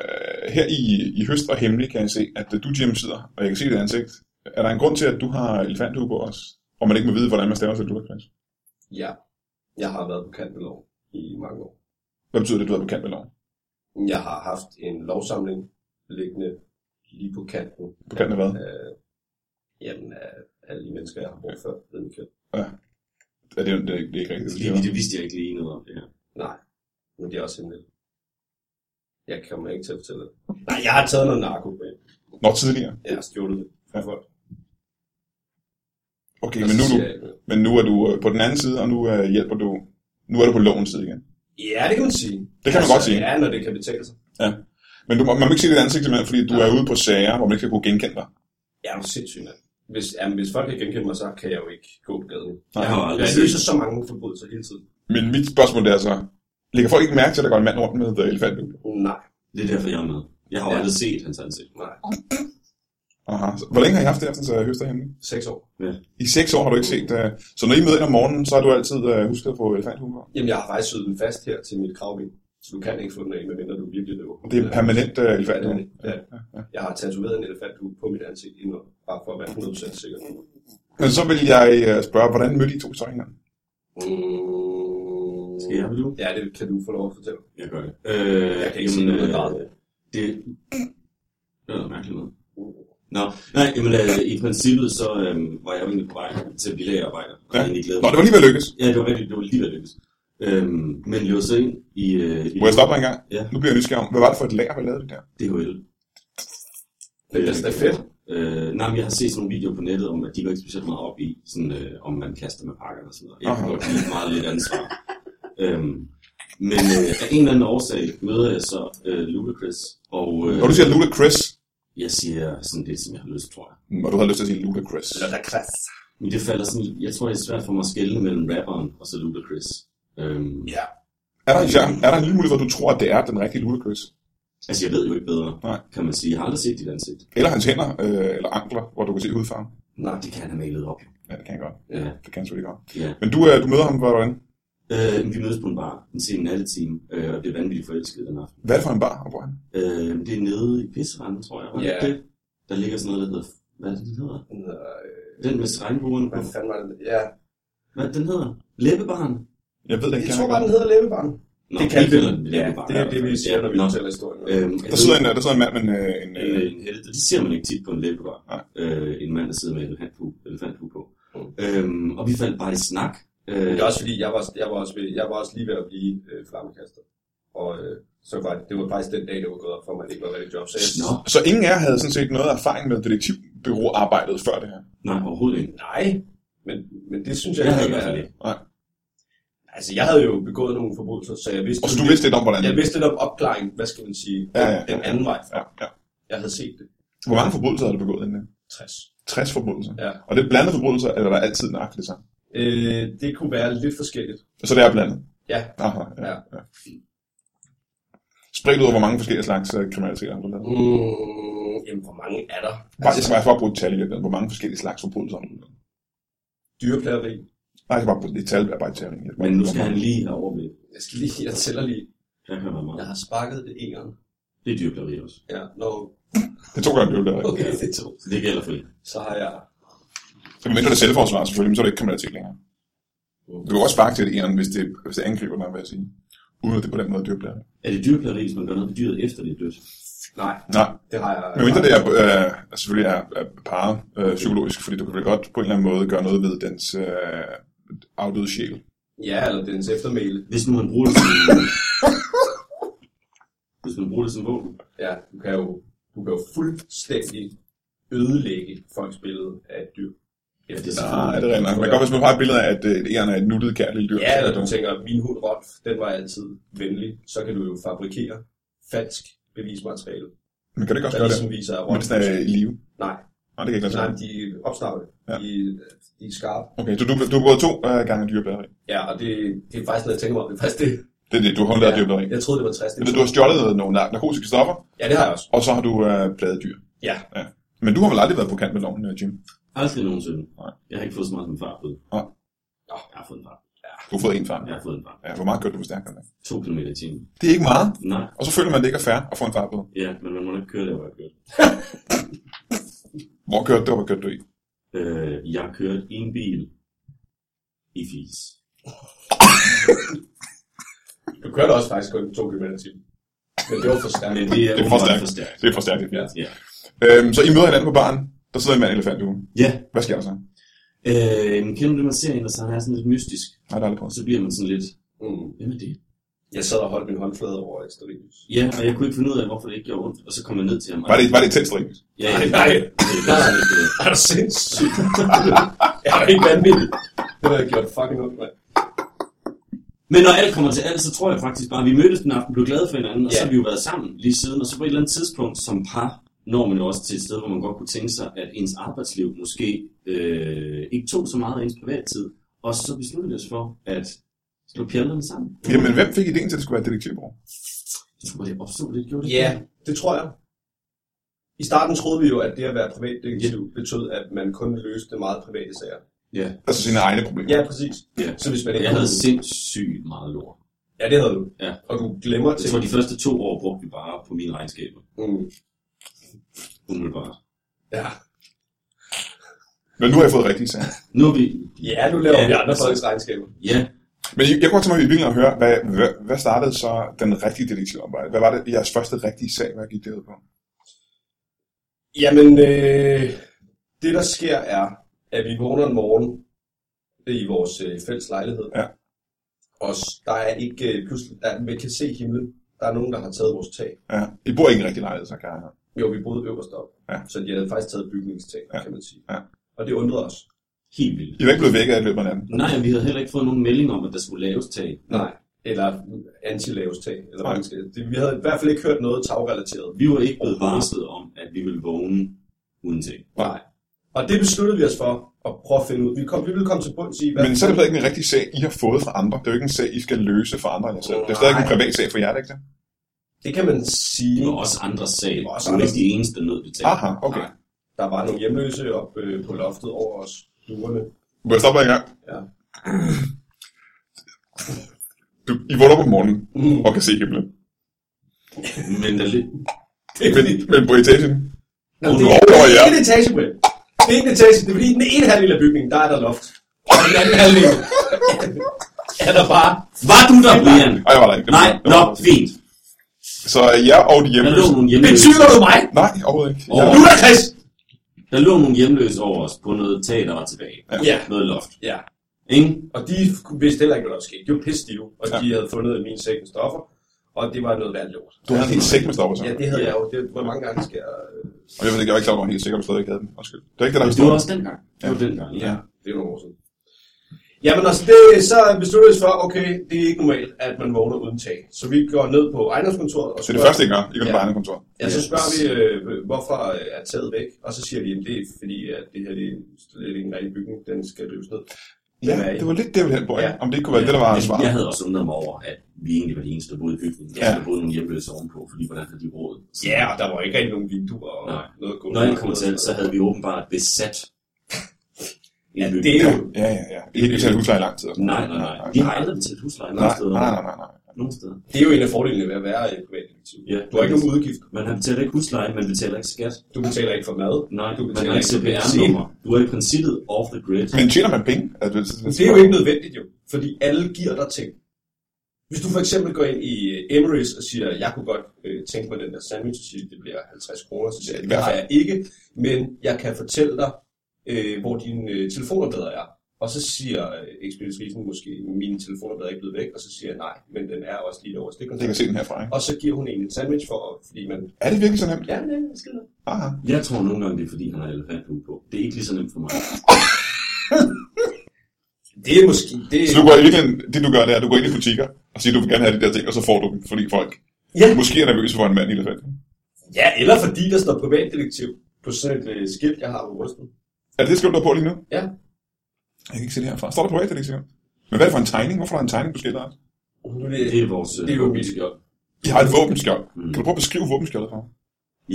Speaker 4: her i, i høst og hemmelig kan jeg se, at øh, du Jim sidder, og jeg kan se dit ansigt. Er der en grund til, at du har elefanthue på os? Og man ikke må vide, hvordan man staver til Luther Chris?
Speaker 2: ja, jeg har været på kant med lov i mange år.
Speaker 4: Hvad betyder det, du er bekendt med loven?
Speaker 2: Jeg har haft en lovsamling liggende lige på kanten.
Speaker 4: På kanten af hvad?
Speaker 2: Øh, jamen, af alle de mennesker, jeg har brugt for ved mit køn.
Speaker 4: Ja, det, er, det, er- det er ikke rigtigt.
Speaker 3: Lige, det vidste jeg ikke lige noget om det her.
Speaker 2: Nej, men det er også hemmeligt. Jeg kommer ikke til at fortælle det. Nej, jeg har taget noget narko med.
Speaker 4: Nå, tidligere.
Speaker 2: Jeg har stjålet det. fra folk.
Speaker 4: Okay,
Speaker 2: Og
Speaker 4: men
Speaker 2: så
Speaker 4: nu, er du,
Speaker 2: siger jeg ikke noget.
Speaker 4: men nu er du øh, på den anden side, og nu øh, hjælper du... Nu er du på lovens side igen.
Speaker 2: Ja, det kan man sige. Altså,
Speaker 4: Det kan man godt sige.
Speaker 2: Ja, når det kan betale sig.
Speaker 4: Men du, må- man må ikke se dit ansigt, simpelthen, fordi du
Speaker 2: Nej.
Speaker 4: er ude på sager, hvor man ikke skal kunne genkende dig.
Speaker 2: Jeg er jo sindssyg, mand. Hvis, jamen, hvis folk kan genkende mig, så kan jeg jo ikke gå på gaden.
Speaker 4: Nej,
Speaker 2: jeg,
Speaker 3: jeg har aldrig
Speaker 2: jeg
Speaker 3: set-
Speaker 2: løser så mange forbrydelser hele tiden.
Speaker 4: Men mit spørgsmål det er så, lægger folk ikke mærke til, at der går en mand rundt med uh, elefant?
Speaker 2: Nej,
Speaker 3: Det er derfor, jeg er med. Jeg har jo
Speaker 2: Ja.
Speaker 3: aldrig set hans ansigt.
Speaker 2: nej.
Speaker 4: Aha. Så, hvor længe har I haft det efter, så jeg høster hemmelig?
Speaker 2: Seks år.
Speaker 4: I seks år har du ikke set... Uh, så når I møder ind om morgenen, så har du altid uh, husket på elefanthumoren?
Speaker 2: Jamen, jeg har faktisk syet den fast her til mit kravben. Så du kan ikke få den af, medmindre du virkelig løber.
Speaker 4: Det er permanent uh, elefant.
Speaker 2: Ja, øh, ja. Jeg har tatoveret en elefanthue på mit ansigt endnu, bare for at være 100% sikker.
Speaker 4: Men så vil jeg uh, spørge, hvordan mødte I to så hinanden?
Speaker 2: Mm.
Speaker 3: Skal jeg nu?
Speaker 2: Ja, det kan du få lov at fortælle.
Speaker 3: Jeg gør det. Øh,
Speaker 2: Jeg kan ikke sige noget med grad.
Speaker 3: Det, det er noget mærkeligt noget. Nå, nej, jamen, øh, i princippet så øh, var jeg jo egentlig på vej til at blive lagerarbejder. Og
Speaker 4: Ja.
Speaker 3: ja. egentlig glæder
Speaker 4: Nå, det var lige ved at lykkes.
Speaker 3: Ja, det var rigtigt, det var lige ved at lykkes. Øhm, men løb så ind i... Øh, i
Speaker 4: Må jeg stoppe dig en gang?
Speaker 3: Ja.
Speaker 4: Nu bliver jeg nysgerrig om, hvad var det for et lager, hvad lavede du der?
Speaker 3: DHL.
Speaker 2: Det er da fedt.
Speaker 3: Øh, nej, men jeg har set sådan nogle videoer på nettet om, at de går ikke specielt meget op i, sådan, øh, om man kaster med pakker og sådan noget. Jeg kan
Speaker 4: Aha.
Speaker 3: godt lide meget lidt ansvar. øhm, men øh, af en eller anden årsag møder jeg så øh, Ludacris, og øh,
Speaker 4: Når du siger Ludacris,
Speaker 3: jeg siger sådan det, som jeg har lyst, tror jeg.
Speaker 4: og du havde lyst til at sige Ludacris.
Speaker 2: Eller klass.
Speaker 3: Men det falder sådan, jeg tror, det er svært for mig at skelne mellem rapperen og så Ludacris. Øhm, ja.
Speaker 4: Er der, ja, er der en lille mulighed, hvor du tror, at det er den rigtige Ludacris?
Speaker 3: Altså, jeg ved jo ikke bedre,
Speaker 4: Nej.
Speaker 3: kan man sige. Jeg har aldrig set dit ansigt.
Speaker 4: Eller hans hænder, øh, eller ankler, hvor du kan se hudfarven?
Speaker 3: Nej, det kan han have malet op.
Speaker 4: Ja, det kan jeg godt.
Speaker 3: Ja.
Speaker 4: Det kan jeg selvfølgelig godt.
Speaker 3: ja.
Speaker 4: Men du, øh, du møder ham, hvordan?
Speaker 3: Øh, vi mødes på en bar, en sen nattetime, øh, og bliver vanvittigt forelsket den aften.
Speaker 4: Hvad er det for en bar, og hvor er han?
Speaker 3: Øh, det er nede i Pisseranden, tror jeg, var det
Speaker 2: Ja.
Speaker 3: det? Der ligger sådan noget, der hedder... Hvad er det, den hedder?
Speaker 2: Nå, øh,
Speaker 3: Den med regnbuen på.
Speaker 2: Hvad fanden var det? Ja.
Speaker 3: Hvad er det, den hedder? Læbebaren?
Speaker 4: Jeg ved det
Speaker 2: Jeg
Speaker 4: ikke.
Speaker 2: tror bare, den hedder Læbebarn.
Speaker 3: Nå,
Speaker 2: Det kan
Speaker 3: vi kalder
Speaker 2: den.
Speaker 3: den.
Speaker 2: Ja,
Speaker 3: Læbebaren
Speaker 2: det er det, vi siger, når vi
Speaker 3: Nå.
Speaker 2: fortæller historien.
Speaker 3: Øhm,
Speaker 4: Der sidder en, der sidder en mand med en... øh, en
Speaker 3: en,
Speaker 4: øh,
Speaker 3: en, en, det siger man ikke tit på en læbebar. Øh, en mand, der sidder med en elefanthue, elefanthue på.
Speaker 2: Mm.
Speaker 3: Øhm, og vi faldt bare i snak.
Speaker 2: Men
Speaker 3: Øh,
Speaker 2: det er også fordi, jeg var, jeg var, også, ved, jeg var også lige ved at blive øh, flammekaster. Og øh, så var det, det var faktisk den dag, det var gået op for mig, at det ikke var rigtig job. Så jeg,
Speaker 3: Nå,
Speaker 4: Så ingen af jer havde sådan set noget erfaring med detektivbyråarbejdet før det her?
Speaker 3: nej, overhovedet ikke.
Speaker 2: nej, men, men det synes jeg,
Speaker 3: Jeg havde i
Speaker 2: ikke
Speaker 3: hvert
Speaker 2: er-
Speaker 3: fald ikke.
Speaker 2: Altså, jeg havde jo begået nogle forbrydelser, så jeg vidste...
Speaker 4: Og så du vidste lidt om, hvordan...
Speaker 2: Jeg vidste lidt om opklaring, hvad skal man sige,
Speaker 4: Ja, ja,
Speaker 2: den
Speaker 4: ja.
Speaker 2: anden vej.
Speaker 4: Ja, ja.
Speaker 2: Jeg havde set det.
Speaker 4: Hvor mange forbrydelser har du begået inden?
Speaker 2: 60.
Speaker 4: 60 forbrydelser.
Speaker 2: Ja.
Speaker 4: Og det er blandede forbrydelser, eller er der altid nøjagtigt det samme?
Speaker 2: Øh, det kunne være lidt forskelligt.
Speaker 4: Så det er blandet?
Speaker 2: Ja.
Speaker 4: Aha, ja.
Speaker 2: Ja.
Speaker 4: ja. Spredt ud over, hvor mange forskellige slags øh, kriminalitet har du lavet?
Speaker 2: Mm, jamen, hvor mange er der?
Speaker 4: Bare, jeg skal bare, bare bruge et tal i virkeligheden. Hvor mange forskellige slags forbrydelser har du lavet?
Speaker 2: Dyreplageri.
Speaker 4: Nej, jeg skal bare bruge et tal, er bare et tal. Jeg skal bare-
Speaker 3: Men nu skal han lige have overblik.
Speaker 2: Jeg skal lige, jeg tæller lige.
Speaker 3: Jeg kan være
Speaker 2: Jeg
Speaker 3: meget.
Speaker 2: har sparket det en gang.
Speaker 3: Det er dyrplageri også.
Speaker 2: Ja, no.
Speaker 4: Det er to gange, det er jo lavet.
Speaker 2: Okay, det er to.
Speaker 3: Så det gælder for det.
Speaker 2: Så har jeg...
Speaker 4: Så mindre det er selvforsvar selvfølgelig, men så er det ikke kriminalitet længere. Du kan også sparke til et eren, hvis det, hvis det angriber dig, vil jeg sige. Uden at det på den måde er dyrbladet.
Speaker 3: Er det dyrplageri, hvis man gør noget ved dyret efter det er dødt?
Speaker 2: Nej,
Speaker 4: Nej,
Speaker 2: det har jeg...
Speaker 4: men mindre det er, øh, er selvfølgelig er, er par øh, psykologisk, fordi du kan vel godt på en eller anden måde gøre noget ved dens øh, afdøde sjæl.
Speaker 2: Ja, eller dens eftermæle.
Speaker 3: Hvis nu man bruger det som... hvis man bruger det som våben.
Speaker 2: Ja, du kan jo, du kan jo fuldstændig ødelægge folks billede af et dyr.
Speaker 3: Ja, det er så-
Speaker 4: Nej, Ah, det er rent nok. Man kan godt, hvis man har et billede af, at øh, et eren er et nuttet kær lille dyr.
Speaker 2: Ja,
Speaker 4: så
Speaker 2: eller
Speaker 4: er
Speaker 2: du
Speaker 4: det-
Speaker 2: tænker, min hund Rolf, den var altid venlig, så kan du jo fabrikere falsk bevismateriale.
Speaker 4: Men kan det ikke også
Speaker 2: Der
Speaker 4: gøre det,
Speaker 2: ligesom viser, at
Speaker 4: mens
Speaker 2: Rolf...
Speaker 4: den er i live?
Speaker 2: Nej,
Speaker 4: Nej, det kan ikke lade sig
Speaker 2: nej,
Speaker 4: gøre.
Speaker 2: de er opsnappet.
Speaker 4: Ja.
Speaker 2: De, de er skarpe.
Speaker 4: Okay, så du, du har gået to øh, gange dyrbladeri.
Speaker 2: Ja, og det, det er faktisk noget, jeg tænker mig om. Det er faktisk det.
Speaker 4: Det er det, du har undladt ja. dyrbladeri.
Speaker 2: Jeg troede, det var 60. Det
Speaker 4: Men Du har stjålet nogle nar- narkotiske stoffer,
Speaker 2: Ja, det har jeg også.
Speaker 4: Og så har du øh, pladet dyr.
Speaker 2: Ja.
Speaker 4: ja. Men du har vel aldrig været på kant med loven, øh, Jim?
Speaker 3: Aldrig nogensinde.
Speaker 4: Nej.
Speaker 3: Jeg har ikke fået så meget som far på.
Speaker 4: Nej.
Speaker 3: Jeg har fået en far.
Speaker 4: Du har fået en far.
Speaker 3: Jeg har fået en far.
Speaker 4: Ja, hvor meget kørte du på stærkere?
Speaker 3: To kilometer i timen.
Speaker 4: Det er ikke meget.
Speaker 3: Nej,
Speaker 4: Og så føler man, det ikke er fair at få en farbøde.
Speaker 3: ja, men man må ikke køre der, hvor jeg kørte.
Speaker 4: Hvor kørte du, og hvor kørte du i?
Speaker 3: Øh, jeg kørte i en bil i Fils.
Speaker 2: Du kørte også faktisk kun 2 km i timen. Men det var for stærkt.
Speaker 3: Men Øh, det er,
Speaker 4: Det er for
Speaker 3: åbenbart
Speaker 4: stærkt.
Speaker 3: for stærkt.
Speaker 4: Det er for stærkt, det er
Speaker 3: Ja.
Speaker 4: øhm, Så I møder hinanden på baren. Der sidder en mand i elefanthuen.
Speaker 3: ja.
Speaker 4: Hvad sker der så?
Speaker 3: Øh, men kender du det, man ser en, og så han er sådan lidt mystisk,
Speaker 4: Nej, der er lidt på.
Speaker 3: og så bliver man sådan lidt,
Speaker 2: Mm.
Speaker 3: hvem er det?
Speaker 2: Jeg sad og holdt min håndflade over Asterix.
Speaker 3: Ja, og jeg kunne ikke finde ud af, hvorfor det ikke gjorde ondt, og så kom jeg ned til ham. og-
Speaker 4: Var det, var det et tændt string?
Speaker 3: Ja, ja,
Speaker 2: Nej,
Speaker 3: ja.
Speaker 2: nej.
Speaker 3: Det var sådan lidt, øh,
Speaker 2: Er du sindssygt? er du ikke vanvittig? Det har jeg gjort fucking ondt, mand.
Speaker 3: Men når alt kommer til alt, så tror jeg faktisk bare, at vi mødtes den aften, blev glade for hinanden, og så
Speaker 2: Ja.
Speaker 3: har vi jo været sammen lige siden. Og så på et eller andet tidspunkt som par, når man jo også til et sted, hvor man godt kunne tænke sig, at ens arbejdsliv måske øh, ikke tog så meget af ens privattid. Og så besluttede vi os for at slå pjallerne sammen.
Speaker 4: Jamen, hvem fik ideen til, at det skulle være et detektivbord?
Speaker 3: Jeg tror, bare, det opstod lidt, gjorde det?
Speaker 2: Ja, det tror jeg. I starten troede vi jo, at det at være privatdetektiv betød, at man kun løste meget private sager.
Speaker 3: Ja.
Speaker 4: Altså sine egne problemer.
Speaker 2: Ja, præcis.
Speaker 3: Ja.
Speaker 2: Så hvis man ikke
Speaker 3: Jeg havde sindssygt meget lort.
Speaker 2: Ja, det havde du.
Speaker 3: Ja.
Speaker 2: Og du glemmer
Speaker 3: Jeg
Speaker 2: ting.
Speaker 3: tror, de første to år brugte vi bare på mine regnskaber.
Speaker 2: Mm.
Speaker 3: Umiddelbart.
Speaker 2: Ja.
Speaker 4: Men nu har jeg fået rigtigt sag.
Speaker 3: Nu er vi...
Speaker 2: ja, nu laver
Speaker 3: Ja,
Speaker 2: vi andre
Speaker 3: altså.
Speaker 2: folks regnskaber.
Speaker 3: Ja,
Speaker 4: Men jeg, jeg kunne godt tænke mig i virkeligheden at høre, hvad, hvad, hvad startede så den rigtige detektivarbejde? Hvad var det jeres første rigtige sag, hvad gik derud på?
Speaker 2: Jamen, øh, det der sker er, at vi vågner en morgen i vores øh, fælles lejlighed.
Speaker 4: Ja.
Speaker 2: Og s- der er ikke øh, pludselig, der, vi kan se himlen. Der er nogen, der har taget vores tag.
Speaker 4: Ja. I bor ikke i en rigtig lejlighed, så kan jeg høre.
Speaker 2: Jo, vi boede øverst op.
Speaker 4: Ja.
Speaker 2: Så de havde faktisk taget bygningstag,
Speaker 4: Ja.
Speaker 2: ja. kan man sige.
Speaker 4: Ja.
Speaker 2: Og det undrede os.
Speaker 3: helt vildt.
Speaker 4: I var ikke blevet vækket af i løbet af natten.
Speaker 3: Nej, vi havde heller ikke fået nogen melding om, at der skulle laves tag.
Speaker 2: Nej. Eller antilavestag, eller hvad
Speaker 4: Nej.
Speaker 2: man skal. Det- Vi havde i hvert fald ikke hørt noget tagrelateret.
Speaker 3: Vi var ikke blevet varslet om, at vi ville vågne uden ting.
Speaker 2: Nej. Og det besluttede vi os for at prøve at finde ud. Vi, kom, vi ville komme til bunds i, hvad...
Speaker 4: Men så er det stadig ikke en rigtig sag, I har fået fra andre. Det er jo ikke en sag, I skal løse for andre end jer selv. Det er stadig en
Speaker 2: Nej.
Speaker 4: privat sag for jer, er det ikke det?
Speaker 2: det kan man sige.
Speaker 3: Det var også andre sager.
Speaker 2: Det var også
Speaker 3: Vi var
Speaker 2: andre
Speaker 3: ikke de eneste, der nød det tag.
Speaker 4: Aha, okay.
Speaker 2: Der var nogle hjemløse op øh, på loftet over os. Duerne.
Speaker 4: Må jeg stoppe dig en gang?
Speaker 2: Ja.
Speaker 4: Du, I vågner op om morgenen
Speaker 2: Mm.
Speaker 4: og kan se himlen.
Speaker 3: Men der lidt...
Speaker 4: Men, men på etagen,
Speaker 2: Nå, det,
Speaker 4: Nå,
Speaker 2: er, det
Speaker 4: ja.
Speaker 2: er ikke en etage, Brian. Det er ikke en etage. Det er fordi, i den ene halvdel af bygningen, der er der loft. Og i den anden halvdel er der bare...
Speaker 3: Var du der, Brian?
Speaker 4: Ej, jeg var der ikke.
Speaker 3: Nej,
Speaker 4: Det
Speaker 3: nå,
Speaker 4: var-
Speaker 3: fint.
Speaker 4: Så jeg og de
Speaker 3: Der lå
Speaker 4: hjemløse...
Speaker 3: nogle
Speaker 2: Det
Speaker 3: hjemløse,
Speaker 2: tyder du mig!
Speaker 4: Nej, overhovedet ikke.
Speaker 3: Åh.
Speaker 4: Jeg,
Speaker 2: Du er Chris!
Speaker 3: der lå nogle hjemløse over os på noget tag, der var tilbage.
Speaker 2: Ja.
Speaker 3: Noget loft.
Speaker 2: Ja.
Speaker 3: Ingen?
Speaker 2: Og de vidste heller ikke, hvad der var sket. De var pisse stive, og
Speaker 4: Ja.
Speaker 2: ja. de havde fundet min sæk med stoffer. Og det var noget værd lort.
Speaker 4: du havde en hel sæk med stopper, så.
Speaker 2: Ja, det havde jeg jo. Det, hvor mange gange skal jeg... øh,
Speaker 4: Og jeg ved ikke, jeg var ikke klar over, helt sikker, at du stadig ikke havde den. Undskyld. Det er ikke det, der er
Speaker 3: Det var
Speaker 4: historien.
Speaker 3: også dengang. Det var dengang, ja.
Speaker 2: Det er nogle år siden. Jamen altså, det, så besluttede vi os for, okay, det er ikke normalt, at man vågner uden tag. Så vi går ned på ejendomskontoret og
Speaker 4: Så det er det første, I gør. I går til ja. kontor.
Speaker 2: Ja, så spørger vi, øh, hvorfor øh, er taget væk, og så siger de, at det er fordi, at det her det er slet ikke en rigtig bygning, den skal rives ned.
Speaker 4: Ja,
Speaker 2: Hvem er I?
Speaker 4: det var lidt det, vi hen på, ja.
Speaker 2: Ja.
Speaker 4: Om det ikke kunne være det, der var
Speaker 3: Men
Speaker 4: svaret.
Speaker 3: jeg havde også undret mig over, at vi egentlig var de eneste, der boede i bygningen.
Speaker 4: Ja.
Speaker 3: Ja. Der boede nogle hjemløse ovenpå, fordi hvordan havde de råd? Så-
Speaker 2: Ja, og der var ikke rigtig nogen vinduer og
Speaker 3: Nej.
Speaker 2: noget gulv.
Speaker 3: Når jeg kom til, alt, så havde vi åbenbart besat en
Speaker 2: Ja, det
Speaker 3: bygning.
Speaker 2: er jo...
Speaker 4: Ja, ja, ja. I har ikke betalt husleje i lang tid. og sådan
Speaker 3: Nej,
Speaker 4: noget.
Speaker 3: nej, nej. Vi har aldrig betalt husleje nogen
Speaker 4: Nej,
Speaker 3: steder.
Speaker 4: nej, nej, nej, nej.
Speaker 3: Nogen steder.
Speaker 2: Det er jo en af fordelene ved at være i privatdetektiv.
Speaker 3: Ja.
Speaker 2: Du har ikke nogen udgifter.
Speaker 3: Man har betalt ikke husleje, man betaler ikke skat.
Speaker 2: Du betaler ikke for mad.
Speaker 3: Nej,
Speaker 2: Du
Speaker 3: du
Speaker 2: betaler
Speaker 3: betaler ikke
Speaker 2: ikke
Speaker 3: CPR-nummer. Du er i princippet off the grid.
Speaker 4: Men tjener man penge? Altså, det, det,
Speaker 2: Det er jo ikke nødvendigt jo, fordi alle giver dig ting. Hvis du for eksempel går ind i øh, Emirates og siger, jeg kunne godt øh, tænke mig den der sandwich, så siger de, det bliver 50 kroner, så siger
Speaker 4: Ja,
Speaker 2: jeg,
Speaker 4: i
Speaker 2: det
Speaker 4: hvert
Speaker 2: har
Speaker 4: fald.
Speaker 2: jeg ikke, men jeg kan fortælle dig, øh, hvor dine øh, telefonopdader er. Og så siger øh, ekspeditrisen måske, mine telefonopdader er ikke blevet væk, og så siger jeg, nej, men den er også lige over
Speaker 4: Jeg kan
Speaker 2: stikkontakten.
Speaker 4: se den herfra, ikke?
Speaker 2: Og så giver hun en en sandwich for, fordi man...
Speaker 4: Er det virkelig så nemt? Ah.
Speaker 2: Ja, det er skidt.
Speaker 4: Aha.
Speaker 3: Jeg tror nogle gange, det er fordi, han har elefanthue på. Det er ikke lige så nemt for mig.
Speaker 2: Det er måske... Det
Speaker 4: Så du går i virkeligheden, det du gør, det er, at du går ind i butikker og siger, du vil gerne have de der ting, og så får du dem, fordi folk
Speaker 2: Ja.
Speaker 4: måske er nervøse for en mand i elefant.
Speaker 2: ja, eller fordi der står privatdetektiv på sådan et øh, skilt, jeg har på brysten.
Speaker 4: Er det det, skjult, du har på lige nu?
Speaker 2: Ja.
Speaker 4: Jeg kan ikke se det herfra. Står der privat, det ikke sikkert? Men hvad er det for en tegning? Hvorfor er der en tegning på skiltet? Anders?
Speaker 2: Nu er
Speaker 3: Det er vores... øh,
Speaker 2: Det er jo mit
Speaker 3: skjold.
Speaker 4: I har et våbenskjold.
Speaker 3: Mm.
Speaker 4: Kan du prøve at beskrive våbenskjoldet for mig?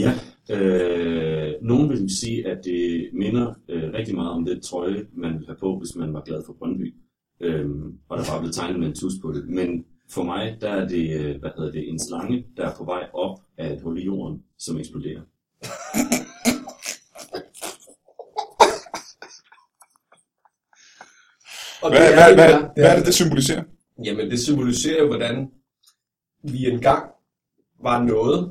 Speaker 3: Ja. Øh, nogen vil sige, at det minder øh, rigtig meget om den trøje, man ville have på, hvis man var glad for Brøndby. Øhm, og der var blevet tegnet med en tus på det. Men for mig, der er det, øh, hvad hedder det, en slange, der er på vej op af et hul i jorden, som eksploderer.
Speaker 2: Og
Speaker 4: Hvad,
Speaker 2: det er
Speaker 4: hvad,
Speaker 2: det,
Speaker 4: hvad,
Speaker 2: det er.
Speaker 4: hvad er det, det symboliserer?
Speaker 2: Jamen, det symboliserer jo, hvordan vi engang var noget.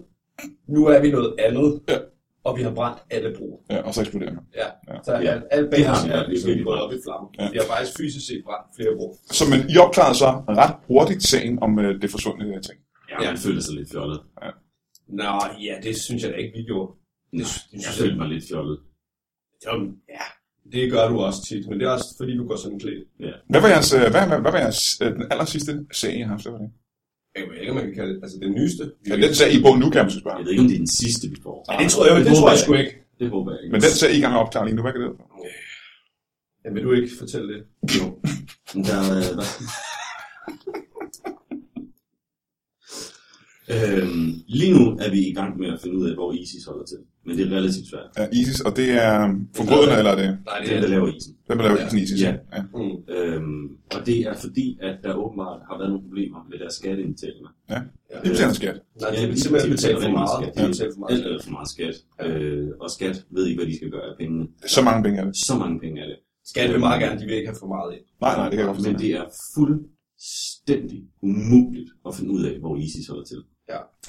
Speaker 2: Nu er vi noget andet. Ja. Og vi har brændt alle broer.
Speaker 4: Ja, og så eksploderer man.
Speaker 2: Ja.
Speaker 4: Ja.
Speaker 2: Så
Speaker 3: Ja.
Speaker 2: alt, alt bag
Speaker 3: Det har
Speaker 2: os
Speaker 3: vi
Speaker 2: er
Speaker 3: virkelig
Speaker 2: ligesom gået
Speaker 3: brændt.
Speaker 2: op i flammer.
Speaker 4: Ja.
Speaker 2: Vi har faktisk fysisk set brændt flere broer.
Speaker 4: Så men I opklarede så ret hurtigt sagen om øh, det forsvundne øh, ting.
Speaker 3: Ja, man føler sig lidt fjollet.
Speaker 2: Nå, ja, det synes jeg da ikke, vi gjorde.
Speaker 3: Nej, jeg følte mig lidt fjollet.
Speaker 2: Jamen, ja. Det gør du også tit, men det er også fordi, du går sådan klædt.
Speaker 4: Hvad var jeres, øh, hvad, hvad, hvad var jeres øh, den aller sidste sag, I har haft? Hvad var det?
Speaker 2: Jeg ved ikke, om man kan kalde det. Altså, det nyeste.
Speaker 4: Ja, den sag, I på nu, kan man så spørge.
Speaker 3: Jeg ved ikke, om det er den sidste, vi får.
Speaker 2: Ja, det tror jeg, det tror jeg sgu ikke.
Speaker 3: Det håber jeg ikke.
Speaker 4: Men den sag, I er i gang med at opklare lige nu, hvad kan det være?
Speaker 2: Ja, vil du ikke fortælle det?
Speaker 3: Jo. Men Der, øh, der... øhm, lige nu er vi i gang med at finde ud af, hvor ISIS holder til. Men det er relativt svært.
Speaker 4: Ja, ISIS, og det er um, forbryderne, eller er det
Speaker 2: Nej,
Speaker 3: Det er, der laver isen.
Speaker 4: dem, der laver
Speaker 2: Ja.
Speaker 4: isen i ISIS?
Speaker 3: Ja.
Speaker 4: ja.
Speaker 2: Mm.
Speaker 3: Øhm, og det er fordi, at der åbenbart har været nogle problemer med deres skatteindtægter.
Speaker 4: De betaler skat.
Speaker 2: Nej,
Speaker 3: Ja,
Speaker 2: de,
Speaker 3: de-
Speaker 2: de
Speaker 3: de
Speaker 2: simpelthen
Speaker 3: betaler
Speaker 2: betaler
Speaker 3: rigtig
Speaker 2: for meget.
Speaker 3: skat.
Speaker 2: De
Speaker 3: Ja.
Speaker 2: betaler for meget.
Speaker 3: Alt er for meget skat. Øh, og skat ved ikke, hvad de skal gøre af pengene.
Speaker 4: Så mange penge er det.
Speaker 3: Så mange penge er det.
Speaker 2: Skat vil meget gerne, de vil ikke have for meget ind.
Speaker 4: Nej, nej, det kan jeg godt
Speaker 3: Men
Speaker 4: forstå.
Speaker 3: det er fuldstændig umuligt at finde ud af, hvor ISIS holder til.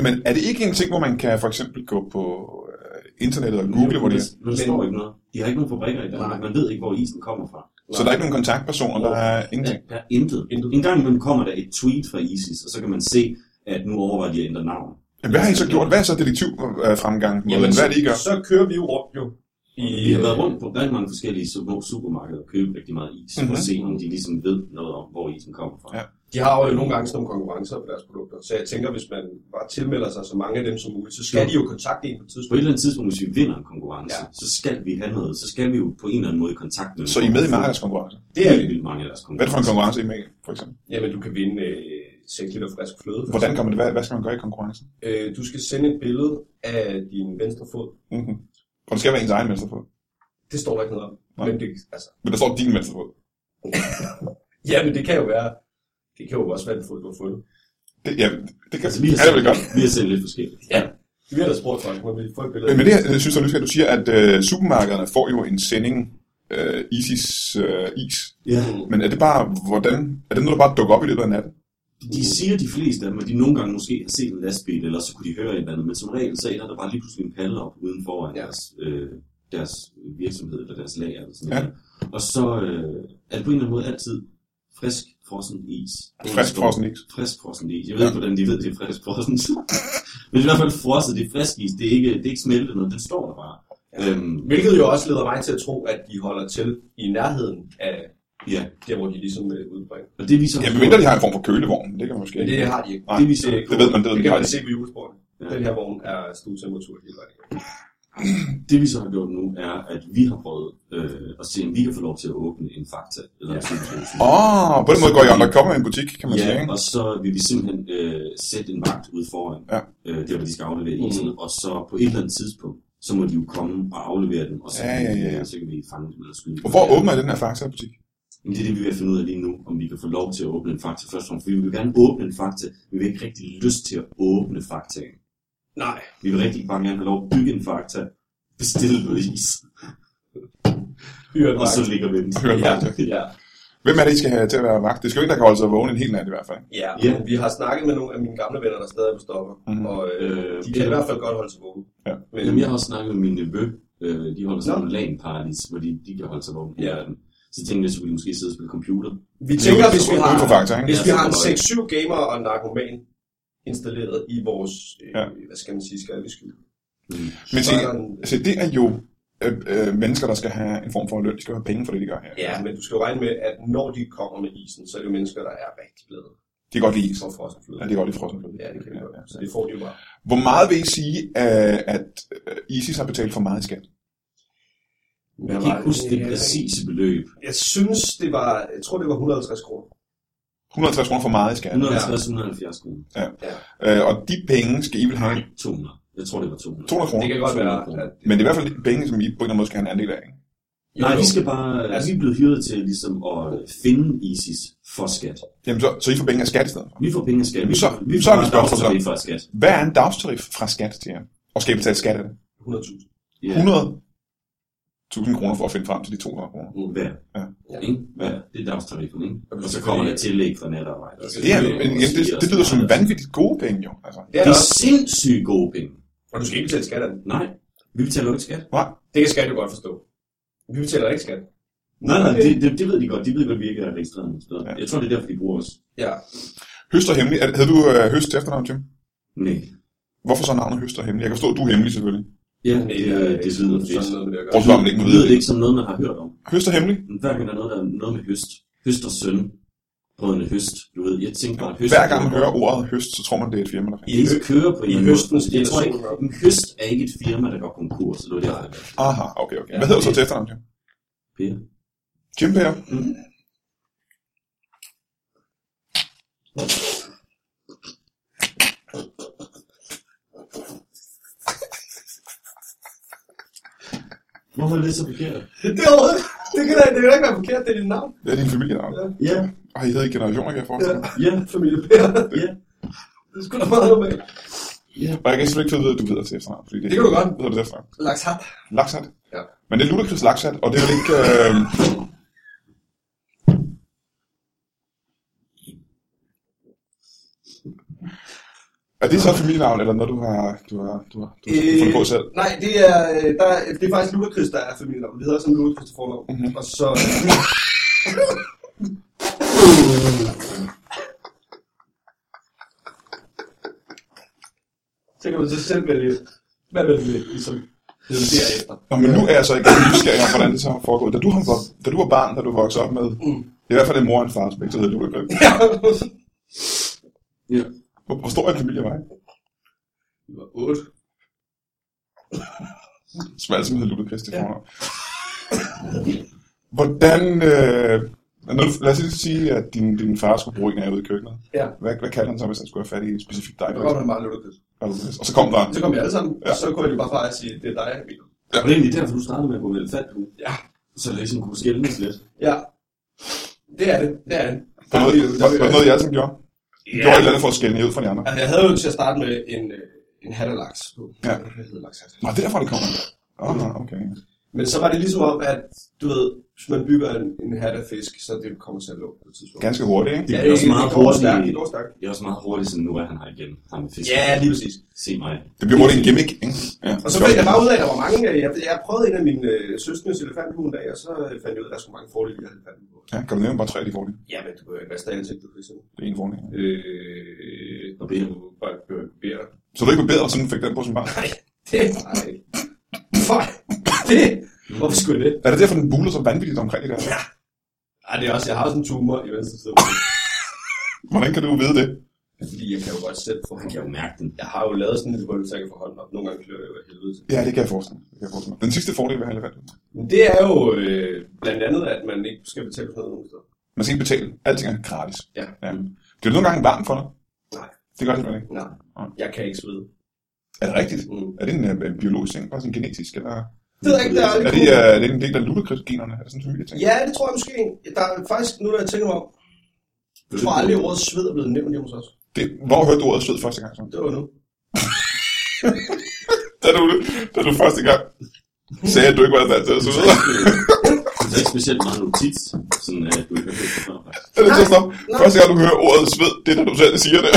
Speaker 4: Men er det ikke en ting, hvor man kan for eksempel gå på øh, internettet og google, hvor det er?
Speaker 3: Men der står ikke noget. De har ikke nogen fabrikker i Danmark.
Speaker 2: Nej.
Speaker 3: Man ved ikke, hvor isen kommer fra.
Speaker 4: Så der er ikke nogen kontaktpersoner, der er
Speaker 3: Der,
Speaker 4: ingenting?
Speaker 3: der er intet.
Speaker 2: Intet.
Speaker 3: En gang imellem kommer der et tweet fra ISIS, og så kan man se, at nu overvejer de at ændre navn.
Speaker 4: Jamen, Hvad har I så gjort? Hvad er så detektivfremgangen? Jamen, hvad er det, I gør?
Speaker 2: så kører vi jo rundt jo. I,
Speaker 3: Vi har været rundt på rigtig mange forskellige små supermarkeder og købt rigtig meget is, mm-hmm.
Speaker 4: Mhm.
Speaker 3: for at se, om de ligesom ved noget om, hvor isen kommer fra.
Speaker 4: Ja.
Speaker 2: De har jo nogle gange sådan nogle konkurrencer på deres produkter. Så jeg tænker, hvis man bare tilmelder sig så mange af dem som muligt, så skal
Speaker 3: Ja.
Speaker 2: de jo kontakte en på
Speaker 3: På
Speaker 2: et
Speaker 3: et
Speaker 2: tidspunkt.
Speaker 3: eller andet tidspunkt, hvis vi vinder en konkurrence,
Speaker 2: Ja.
Speaker 3: ja. så skal vi have noget. Så skal vi jo på en eller anden måde i kontakt med
Speaker 4: Så I er med i markedskonkurrence?
Speaker 2: Det er
Speaker 3: Helt
Speaker 2: det.
Speaker 3: vildt mange af deres
Speaker 4: Hvad er det for en
Speaker 3: konkurrencer.
Speaker 4: konkurrence, I er med i, for eksempel?
Speaker 2: Jamen, du kan vinde øh, 6 liter frisk fløde. for
Speaker 4: Hvordan kommer det? Hvad, hvad skal man gøre i konkurrencen?
Speaker 2: Øh, du skal sende et billede af din venstre fod.
Speaker 4: Mm-hmm. Og det skal være ens egen venstrefod.
Speaker 2: Det står der ikke noget om.
Speaker 4: Nej.
Speaker 2: Men det, altså,
Speaker 4: Men der står din venstrefod.
Speaker 2: ja, men det kan jo være... Det kan jo også være en fod, du har fundet.
Speaker 4: Det, ja, det kan,
Speaker 3: Altså, vi
Speaker 4: det
Speaker 3: har
Speaker 4: er det vel
Speaker 3: sendt-
Speaker 4: godt.
Speaker 3: Vi har sendt lidt forskelligt.
Speaker 2: Ja. Vi har da spurgt folk, hvor vi får et billede.
Speaker 4: Men det her, jeg synes jeg, nysgerrig, du siger, at øh, supermarkederne får jo en sending øh, ISIS øh, is.
Speaker 3: Ja.
Speaker 4: Men er det bare, hvordan? Er det noget, der bare dukker op i løbet af natten?
Speaker 3: De siger de fleste af dem, at de nogle gange måske har set en lastbil, eller så kunne de høre et eller andet, men som regel så ender der bare lige pludselig en palle op uden foran
Speaker 2: Ja.
Speaker 3: ja. deres, øh, deres virksomhed eller deres lager. Eller sådan
Speaker 4: Ja.
Speaker 3: noget. Og så øh, er det på en eller anden måde altid frisk frossen is.
Speaker 4: Frisk frossen is.
Speaker 3: Frisk frossen is. Jeg ved ikke, hvordan de ved, det er frisk frossen. men i hvert fald frosset, det er frisk is. Det er ikke, det er ikke smeltet noget, den står der bare.
Speaker 2: Ja.
Speaker 3: Ja. Øhm,
Speaker 2: Hvilket jo også leder mig til at tro, at de holder til i nærheden af
Speaker 3: ja.
Speaker 2: der, hvor de ligesom øh, udbringer.
Speaker 3: Og det vi så
Speaker 4: Ja,
Speaker 3: har
Speaker 4: medmindre de har en form for kølevogn. Det kan man måske
Speaker 2: Men
Speaker 4: ikke.
Speaker 2: det har de ikke.
Speaker 4: Nej,
Speaker 3: det vi så
Speaker 4: det ved man, det
Speaker 2: Det
Speaker 4: ved man. Det
Speaker 2: kan
Speaker 4: har
Speaker 2: man
Speaker 4: de.
Speaker 2: se på julesporene.
Speaker 3: Ja.
Speaker 2: Den her vogn er stuetemperatur hele vejen. igennem.
Speaker 3: Det vi så har gjort nu, er, at vi har prøvet øh, at se, om vi kan få lov til at åbne en fakta. Eller
Speaker 2: Ja.
Speaker 3: ja.
Speaker 4: Åh, Ah, på den måde går I undercover i en butik, kan man sige.
Speaker 3: ja,
Speaker 4: Ikke?
Speaker 3: og så vil vi simpelthen øh, sætte en vagt ud foran,
Speaker 4: Ja. Mm.
Speaker 3: øh, der hvor de skal aflevere
Speaker 2: Mhm.
Speaker 3: isen, og så på et eller andet tidspunkt, så må de jo komme og aflevere den, og så,
Speaker 4: Ja,
Speaker 3: kan
Speaker 4: ja,
Speaker 3: vi,
Speaker 4: ja.
Speaker 3: øh, så kan vi fange dem eller skyde dem.
Speaker 4: Og hvor åbner I den her Fakta-butik?
Speaker 3: Men det er det, vi vil finde ud af lige nu, om vi kan få lov til at åbne en fakta først og fremmest, fordi vi vil gerne åbne en fakta, vi vil ikke rigtig lyst til at åbne faktaen.
Speaker 2: Nej,
Speaker 3: Vi vil rigtig bare gerne have lov at bygge en fakta, bestille noget is,
Speaker 2: hyret
Speaker 3: og så
Speaker 2: vagt.
Speaker 3: ligger vi den.
Speaker 4: Hør
Speaker 2: Ja,
Speaker 4: Fakta.
Speaker 2: ja.
Speaker 4: Hvem er det, I skal have til at være vagt? Det skal jo ikke, der kan holde sig vågen en hel nat i hvert fald.
Speaker 2: ja.
Speaker 3: Ja.
Speaker 2: Men vi har snakket med nogle af mine gamle venner, der stadig er på stopper.
Speaker 4: Mhm.
Speaker 2: Og øh,
Speaker 3: Øh,
Speaker 2: de kan i
Speaker 3: ja.
Speaker 2: hvert fald godt holde sig vågen.
Speaker 4: Ja.
Speaker 2: Men,
Speaker 3: Jamen, jeg har også snakket med min nevø. Øh, de holder sådan
Speaker 2: Nå.
Speaker 3: nogle LAN-parties, hvor de, de kan holde sig vågen.
Speaker 2: Ja.
Speaker 3: Ja. Så tænkte jeg, så ville de måske sidde og spille computer.
Speaker 2: vi tænker, hvis vi har,
Speaker 4: Uden for Fakta, ikke?
Speaker 2: hvis vi har en
Speaker 3: Ja,
Speaker 2: 6-7 gamer og en narkoman installeret i vores, øh,
Speaker 4: Ja.
Speaker 2: hvad skal man sige, skal vi skyde.
Speaker 4: Men
Speaker 2: Så
Speaker 4: se,
Speaker 2: er der en-
Speaker 4: altså, det er jo øh, øh, mennesker, der skal have en form for løn. De skal have penge for det, de gør her.
Speaker 2: Ja, men du skal jo regne med, at når de kommer med isen, så er det jo mennesker, der er rigtig glade
Speaker 4: De kan godt lide is.
Speaker 2: for frossen fløde.
Speaker 4: Ja, de kan godt lide frossen fløde.
Speaker 2: Ja, det kan vi
Speaker 4: ja.
Speaker 2: godt. Så det får de jo bare.
Speaker 4: Hvor meget vil I sige, øh, at øh, ISIS har betalt for meget i skat?
Speaker 3: Jeg kan ikke huske det præcise beløb.
Speaker 2: Jeg synes, det var, jeg tror, det var 150 kroner.
Speaker 4: 150 kroner for meget i skat.
Speaker 3: 150-170 kroner.
Speaker 4: Øh, og de penge skal I vel have.
Speaker 3: 200. Jeg tror, det var 200.
Speaker 4: 200 kroner.
Speaker 2: Det kan godt være, at...
Speaker 4: Men det er i hvert fald de penge, som I på en eller anden måde skal have en andel af. Ikke?
Speaker 3: Nej, vi skal bare...
Speaker 2: Altså-
Speaker 3: Altså, vi er blevet hyret til ligesom at finde ISIS for skat.
Speaker 4: Jamen, så, så I får penge af skat i stedet for.
Speaker 3: Vi får penge af skat. Vi,
Speaker 4: Så-
Speaker 3: vi
Speaker 4: så er det et spørgsmål
Speaker 3: dagtilbud
Speaker 4: om-
Speaker 3: for skat.
Speaker 4: Hvad er en dagstarif fra skat til jer? Og skal I betale skat af det?
Speaker 2: 100.000.
Speaker 3: Ja.
Speaker 4: 100? 1000 kroner for at finde frem til de 200 kroner.
Speaker 3: Hver.
Speaker 4: Ja.
Speaker 3: Ja. Ikke? Hver. Det er dagstariffen, ikke?
Speaker 2: Og
Speaker 3: Og,
Speaker 2: hvis
Speaker 3: så
Speaker 2: det
Speaker 3: kommer
Speaker 2: fordi-
Speaker 3: der tillæg for natarbejde. og så
Speaker 4: Det, er,
Speaker 3: videre, og
Speaker 4: men, igen, det,
Speaker 3: siger
Speaker 4: det lyder som
Speaker 3: sådan,
Speaker 4: vanvittigt gode penge, jo. Altså,
Speaker 2: Det
Speaker 3: Det
Speaker 2: er der
Speaker 3: er
Speaker 2: også.
Speaker 3: sindssygt gode penge.
Speaker 2: Og du skal ikke betale skat af den.
Speaker 3: Nej, vi betaler jo ikke skat.
Speaker 4: nej,
Speaker 2: Det kan skat jo godt forstå. Vi betaler ikke skat.
Speaker 3: Nej, nej, det, det, det ved de godt. De ved godt, at vi ikke er registreret nogen steder.
Speaker 4: Ja.
Speaker 3: Jeg tror, det er derfor, de bruger os.
Speaker 2: Ja.
Speaker 4: høst og hemmelig. Er- Havde du øh, høst til efternavn, Jim?
Speaker 3: Nej.
Speaker 4: Hvorfor så navnet høst og hemmelig? Jeg kan forstå, at du er hemmelig, selvfølgelig.
Speaker 3: Ja, det, det, det lyder fedt.
Speaker 2: sådan noget, med det at gøre.
Speaker 4: Hvorfor var man ikke
Speaker 3: Nu
Speaker 4: kunne vide
Speaker 3: lyder det
Speaker 4: det?
Speaker 3: ikke som noget, man har hørt om.
Speaker 4: Høst og hemmelig?
Speaker 3: Men Hver gang der er noget, der er noget med høst. Høst og søn. Brødrene høst. Du ved, jeg tænker bare, at høst...
Speaker 4: Hver gang man hører ordet høst, så tror man, det er et firma, der findes.
Speaker 3: I det kører på en
Speaker 2: I
Speaker 3: eller anden
Speaker 2: høstens
Speaker 3: måde. Jeg tror ikke,
Speaker 2: generation,
Speaker 3: en høst er ikke et firma, der går konkurs. Det var derfor, jeg valgte
Speaker 4: Aha, okay, okay. Hvad hedder du så til efternavn, Jim?
Speaker 3: Per.
Speaker 4: Jim Per?
Speaker 3: Mm. Hvorfor er det så forkert?
Speaker 2: Det, er overhovedet- det, kan da, det kan da ikke være forkert, det er dit navn.
Speaker 4: Det er din familienavn.
Speaker 3: Ja,
Speaker 4: Og I hedder i generationer, kan jeg forestille mig.
Speaker 3: ja,
Speaker 2: Familie Per.
Speaker 3: ja.
Speaker 2: Det er sgu da meget normalt.
Speaker 4: Og jeg kan selvfølgelig ikke vide, at du hedder til efternavn. Fordi det,
Speaker 2: Det kan du godt.
Speaker 4: Hvad hedder du til efternavn?
Speaker 2: Laks hat.
Speaker 4: Laksat?
Speaker 2: Ja.
Speaker 4: Men det er Ludacris Laksat, og det er vel ikke... Øh... Er det så et familienavn, eller noget, du har, du har, du har, du
Speaker 2: Øh.
Speaker 4: har fundet på selv?
Speaker 2: nej, det er, øh, der, er- det er faktisk Ludacris, der er familienavn. Det hedder sådan Ludacris til fornavn.
Speaker 4: Mhm.
Speaker 2: Og så... så kan man så selv vælge, hvad man vil, ligesom. Det er derefter.
Speaker 4: Nå, men nu er jeg så ikke nysgerrig om, hvordan det så har foregået. Da du, har, da du var barn, da du voksede op med...
Speaker 2: Mm.
Speaker 4: I hvert fald en mor og en far, som ikke hedder Ludacris.
Speaker 3: Ja.
Speaker 4: Hvor, hvor stor er en familie var I?
Speaker 2: Vi var otte.
Speaker 4: Som alle
Speaker 2: Mm.
Speaker 4: sammen hedder Ludacris, det kommer Hvordan... Øh... Når du, lad os lige sige, at din, din far skulle bruge en af jer ude i køkkenet.
Speaker 2: Ja.
Speaker 4: Hvad, hvad kaldte han så, hvis han skulle have fat i en specifik dig?
Speaker 2: Der var der meget Ludacris.
Speaker 4: Og så kom der en.
Speaker 2: Så kom vi alle sammen,
Speaker 4: Ja.
Speaker 2: ja. så kunne jeg jo bare fra at sige, det er dig, jeg mener.
Speaker 3: Og det er egentlig derfor, du startede med at gå med elefanthue.
Speaker 2: Ja.
Speaker 3: Så det ligesom kunne skældes lidt.
Speaker 2: Ja. Det er det, det er det.
Speaker 4: Var det noget, var, var det noget, jeg altid gjorde?
Speaker 2: Ja.
Speaker 4: Yeah. Gjorde et eller andet for at skælne jer ud fra de andre?
Speaker 2: Altså, jeg havde jo til at starte med en, øh, en hattelaks på.
Speaker 4: Ja.
Speaker 2: Det hedder lakshat.
Speaker 4: Nå, det er derfor, det kommer. Åh, oh, okay.
Speaker 2: Men så var det ligesom om, at du ved, hvis man bygger en, en hat af fisk, så det kommer til at lukke på et tidspunkt.
Speaker 4: Ganske hurtigt, ikke?
Speaker 3: Det
Speaker 2: Ja,
Speaker 3: er også meget
Speaker 2: det går
Speaker 3: hurtigt.
Speaker 2: stærkt, det går stærkt.
Speaker 3: Jeg er også meget hurtig, som nu er han her igen. Ham med fisk.
Speaker 2: Ja, lige præcis.
Speaker 3: Se mig.
Speaker 4: Det bliver hurtigt en gimmick, ikke? Ja.
Speaker 2: Og så fandt jeg bare ud af, at der var mange. øh, Jeg, jeg prøvede en af mine øh, søskendes elefanthue en dag, og så øh, fandt jeg ud af, at der skulle mange fordele i elefanthue.
Speaker 4: Ja, kan du nævne bare tre af de fordele?
Speaker 2: Ja, men du behøver ikke være stadig til, du kan sådan.
Speaker 4: Det er en fordel. ja.
Speaker 2: Øh,
Speaker 3: Og beder.
Speaker 2: du bare behøver ikke beder.
Speaker 4: Så du ikke var bedre, sådan fik den på sin bar?
Speaker 2: Det nej. Fuck. Det. Hvorfor skulle det?
Speaker 4: Er det derfor, den buler så vanvittigt omkring det der?
Speaker 2: Ej, det er også, jeg har også en tumor i venstre side.
Speaker 4: Hvordan kan du vide det?
Speaker 2: Fordi jeg kan jo godt selv få
Speaker 3: Han kan jo mærke den.
Speaker 2: Jeg har jo lavet sådan et ryg, så jeg kan få hånden op. Nogle gange klør jeg jo af helvede til.
Speaker 4: Ja, det kan jeg forestille mig. Det kan jeg forestille mig. Den sidste fordel ved at have elefant.
Speaker 2: Men det er jo øh, blandt andet, at man ikke skal betale for noget nogen steder.
Speaker 4: Man skal ikke betale. Alting er gratis.
Speaker 2: Ja.
Speaker 4: ja. Bliver du nogle gange varm for dig?
Speaker 2: Nej.
Speaker 4: Det gør det simpelthen ikke.
Speaker 2: Nej, jeg kan ikke svede.
Speaker 4: Er det rigtigt?
Speaker 2: Mm.
Speaker 4: Er det en, øh, biologisk ting? Bare sådan genetisk? Eller?
Speaker 2: Det ved jeg ikke, der er
Speaker 4: Er
Speaker 2: aldrig
Speaker 4: det,
Speaker 2: cool.
Speaker 4: øh, er det en del af ludekrigsgenerne? Er det sådan en familieting?
Speaker 2: Ja, det tror jeg måske. Der er faktisk, nu når jeg tænker mig om, jeg tror aldrig, at ordet sved er blevet nævnt hjemme hos os.
Speaker 4: Det, hvor hørte du ordet sød første gang? Så?
Speaker 2: Det var nu.
Speaker 4: Da, du, da du første gang sagde, at du ikke var i stand til at søde.
Speaker 3: Det er ikke specielt meget notits, sådan at du ikke har hørt det før. faktisk.
Speaker 4: Er det så sådan? Første gang, du hører ordet sved, det er, da du selv siger det.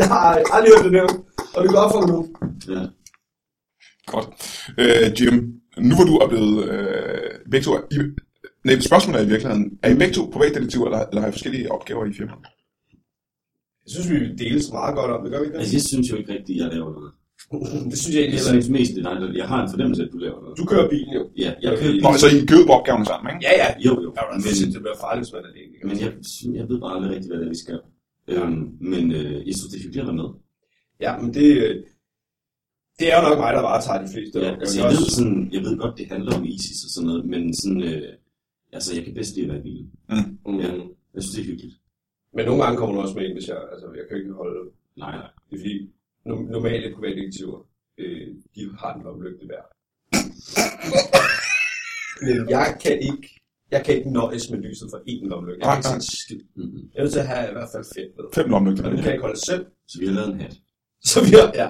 Speaker 2: Jeg har aldrig hørt det nævnt, og det går op for mig nu.
Speaker 3: Ja.
Speaker 4: Godt. Øh, Jim, nu hvor du er blevet øh, begge to... er- I, nej, spørgsmålet er i virkeligheden, er I begge to privatdetektiver, eller, eller har I forskellige opgaver i firmaet?
Speaker 2: Jeg synes, vi deles meget godt om det, gør vi ikke det?
Speaker 3: Altså, jeg synes jo ikke rigtigt, at jeg laver noget.
Speaker 2: Det synes jeg egentlig
Speaker 3: Jeg
Speaker 2: heller ikke.
Speaker 3: synes mest, det er dig, der- jeg har en fornemmelse, at du laver noget.
Speaker 2: Du kører bilen jo.
Speaker 3: Ja, jeg kører
Speaker 4: Nå, så I køber opgaven sammen, ikke?
Speaker 2: Ja, ja.
Speaker 3: Jo, jo.
Speaker 2: Jeg var da
Speaker 3: Men,
Speaker 2: sindssygt, det bliver farligt, hvis man er alene.
Speaker 3: men jeg, synes- jeg ved bare aldrig rigtigt, hvad det er, vi skal. Øhm, men øh, jeg synes, det er hyggeligt at være med.
Speaker 2: Ja, men det, øh, det er jo nok mig, der varetager de fleste.
Speaker 3: Ja,
Speaker 2: opgaver.
Speaker 3: altså,
Speaker 2: Det er
Speaker 3: jeg, ved,
Speaker 2: også-
Speaker 3: sådan, jeg ved godt, det handler om ISIS og sådan noget, men sådan, øh, altså, jeg kan bedst lide at være i bilen.
Speaker 2: Mm.
Speaker 3: Ja. Jeg synes, det er hyggeligt.
Speaker 2: Men nogle gange kommer du også med ind, hvis jeg, altså, jeg kan ikke holde
Speaker 3: Nej, nej.
Speaker 2: det, er fordi no- normale privatdetektiver, øh, de har den omlygte værd. Men jeg kan ikke, jeg kan ikke nøjes med lyset for én lommelygte. Jeg kan ikke
Speaker 4: Nej,
Speaker 2: se en skid.
Speaker 3: Mm-hmm.
Speaker 2: Jeg er nødt til at have i hvert fald fedt med.
Speaker 4: Fem lommelygter.
Speaker 2: Og det kan jeg ikke holde selv.
Speaker 3: Så vi har lavet en hat.
Speaker 2: Så vi har, ja.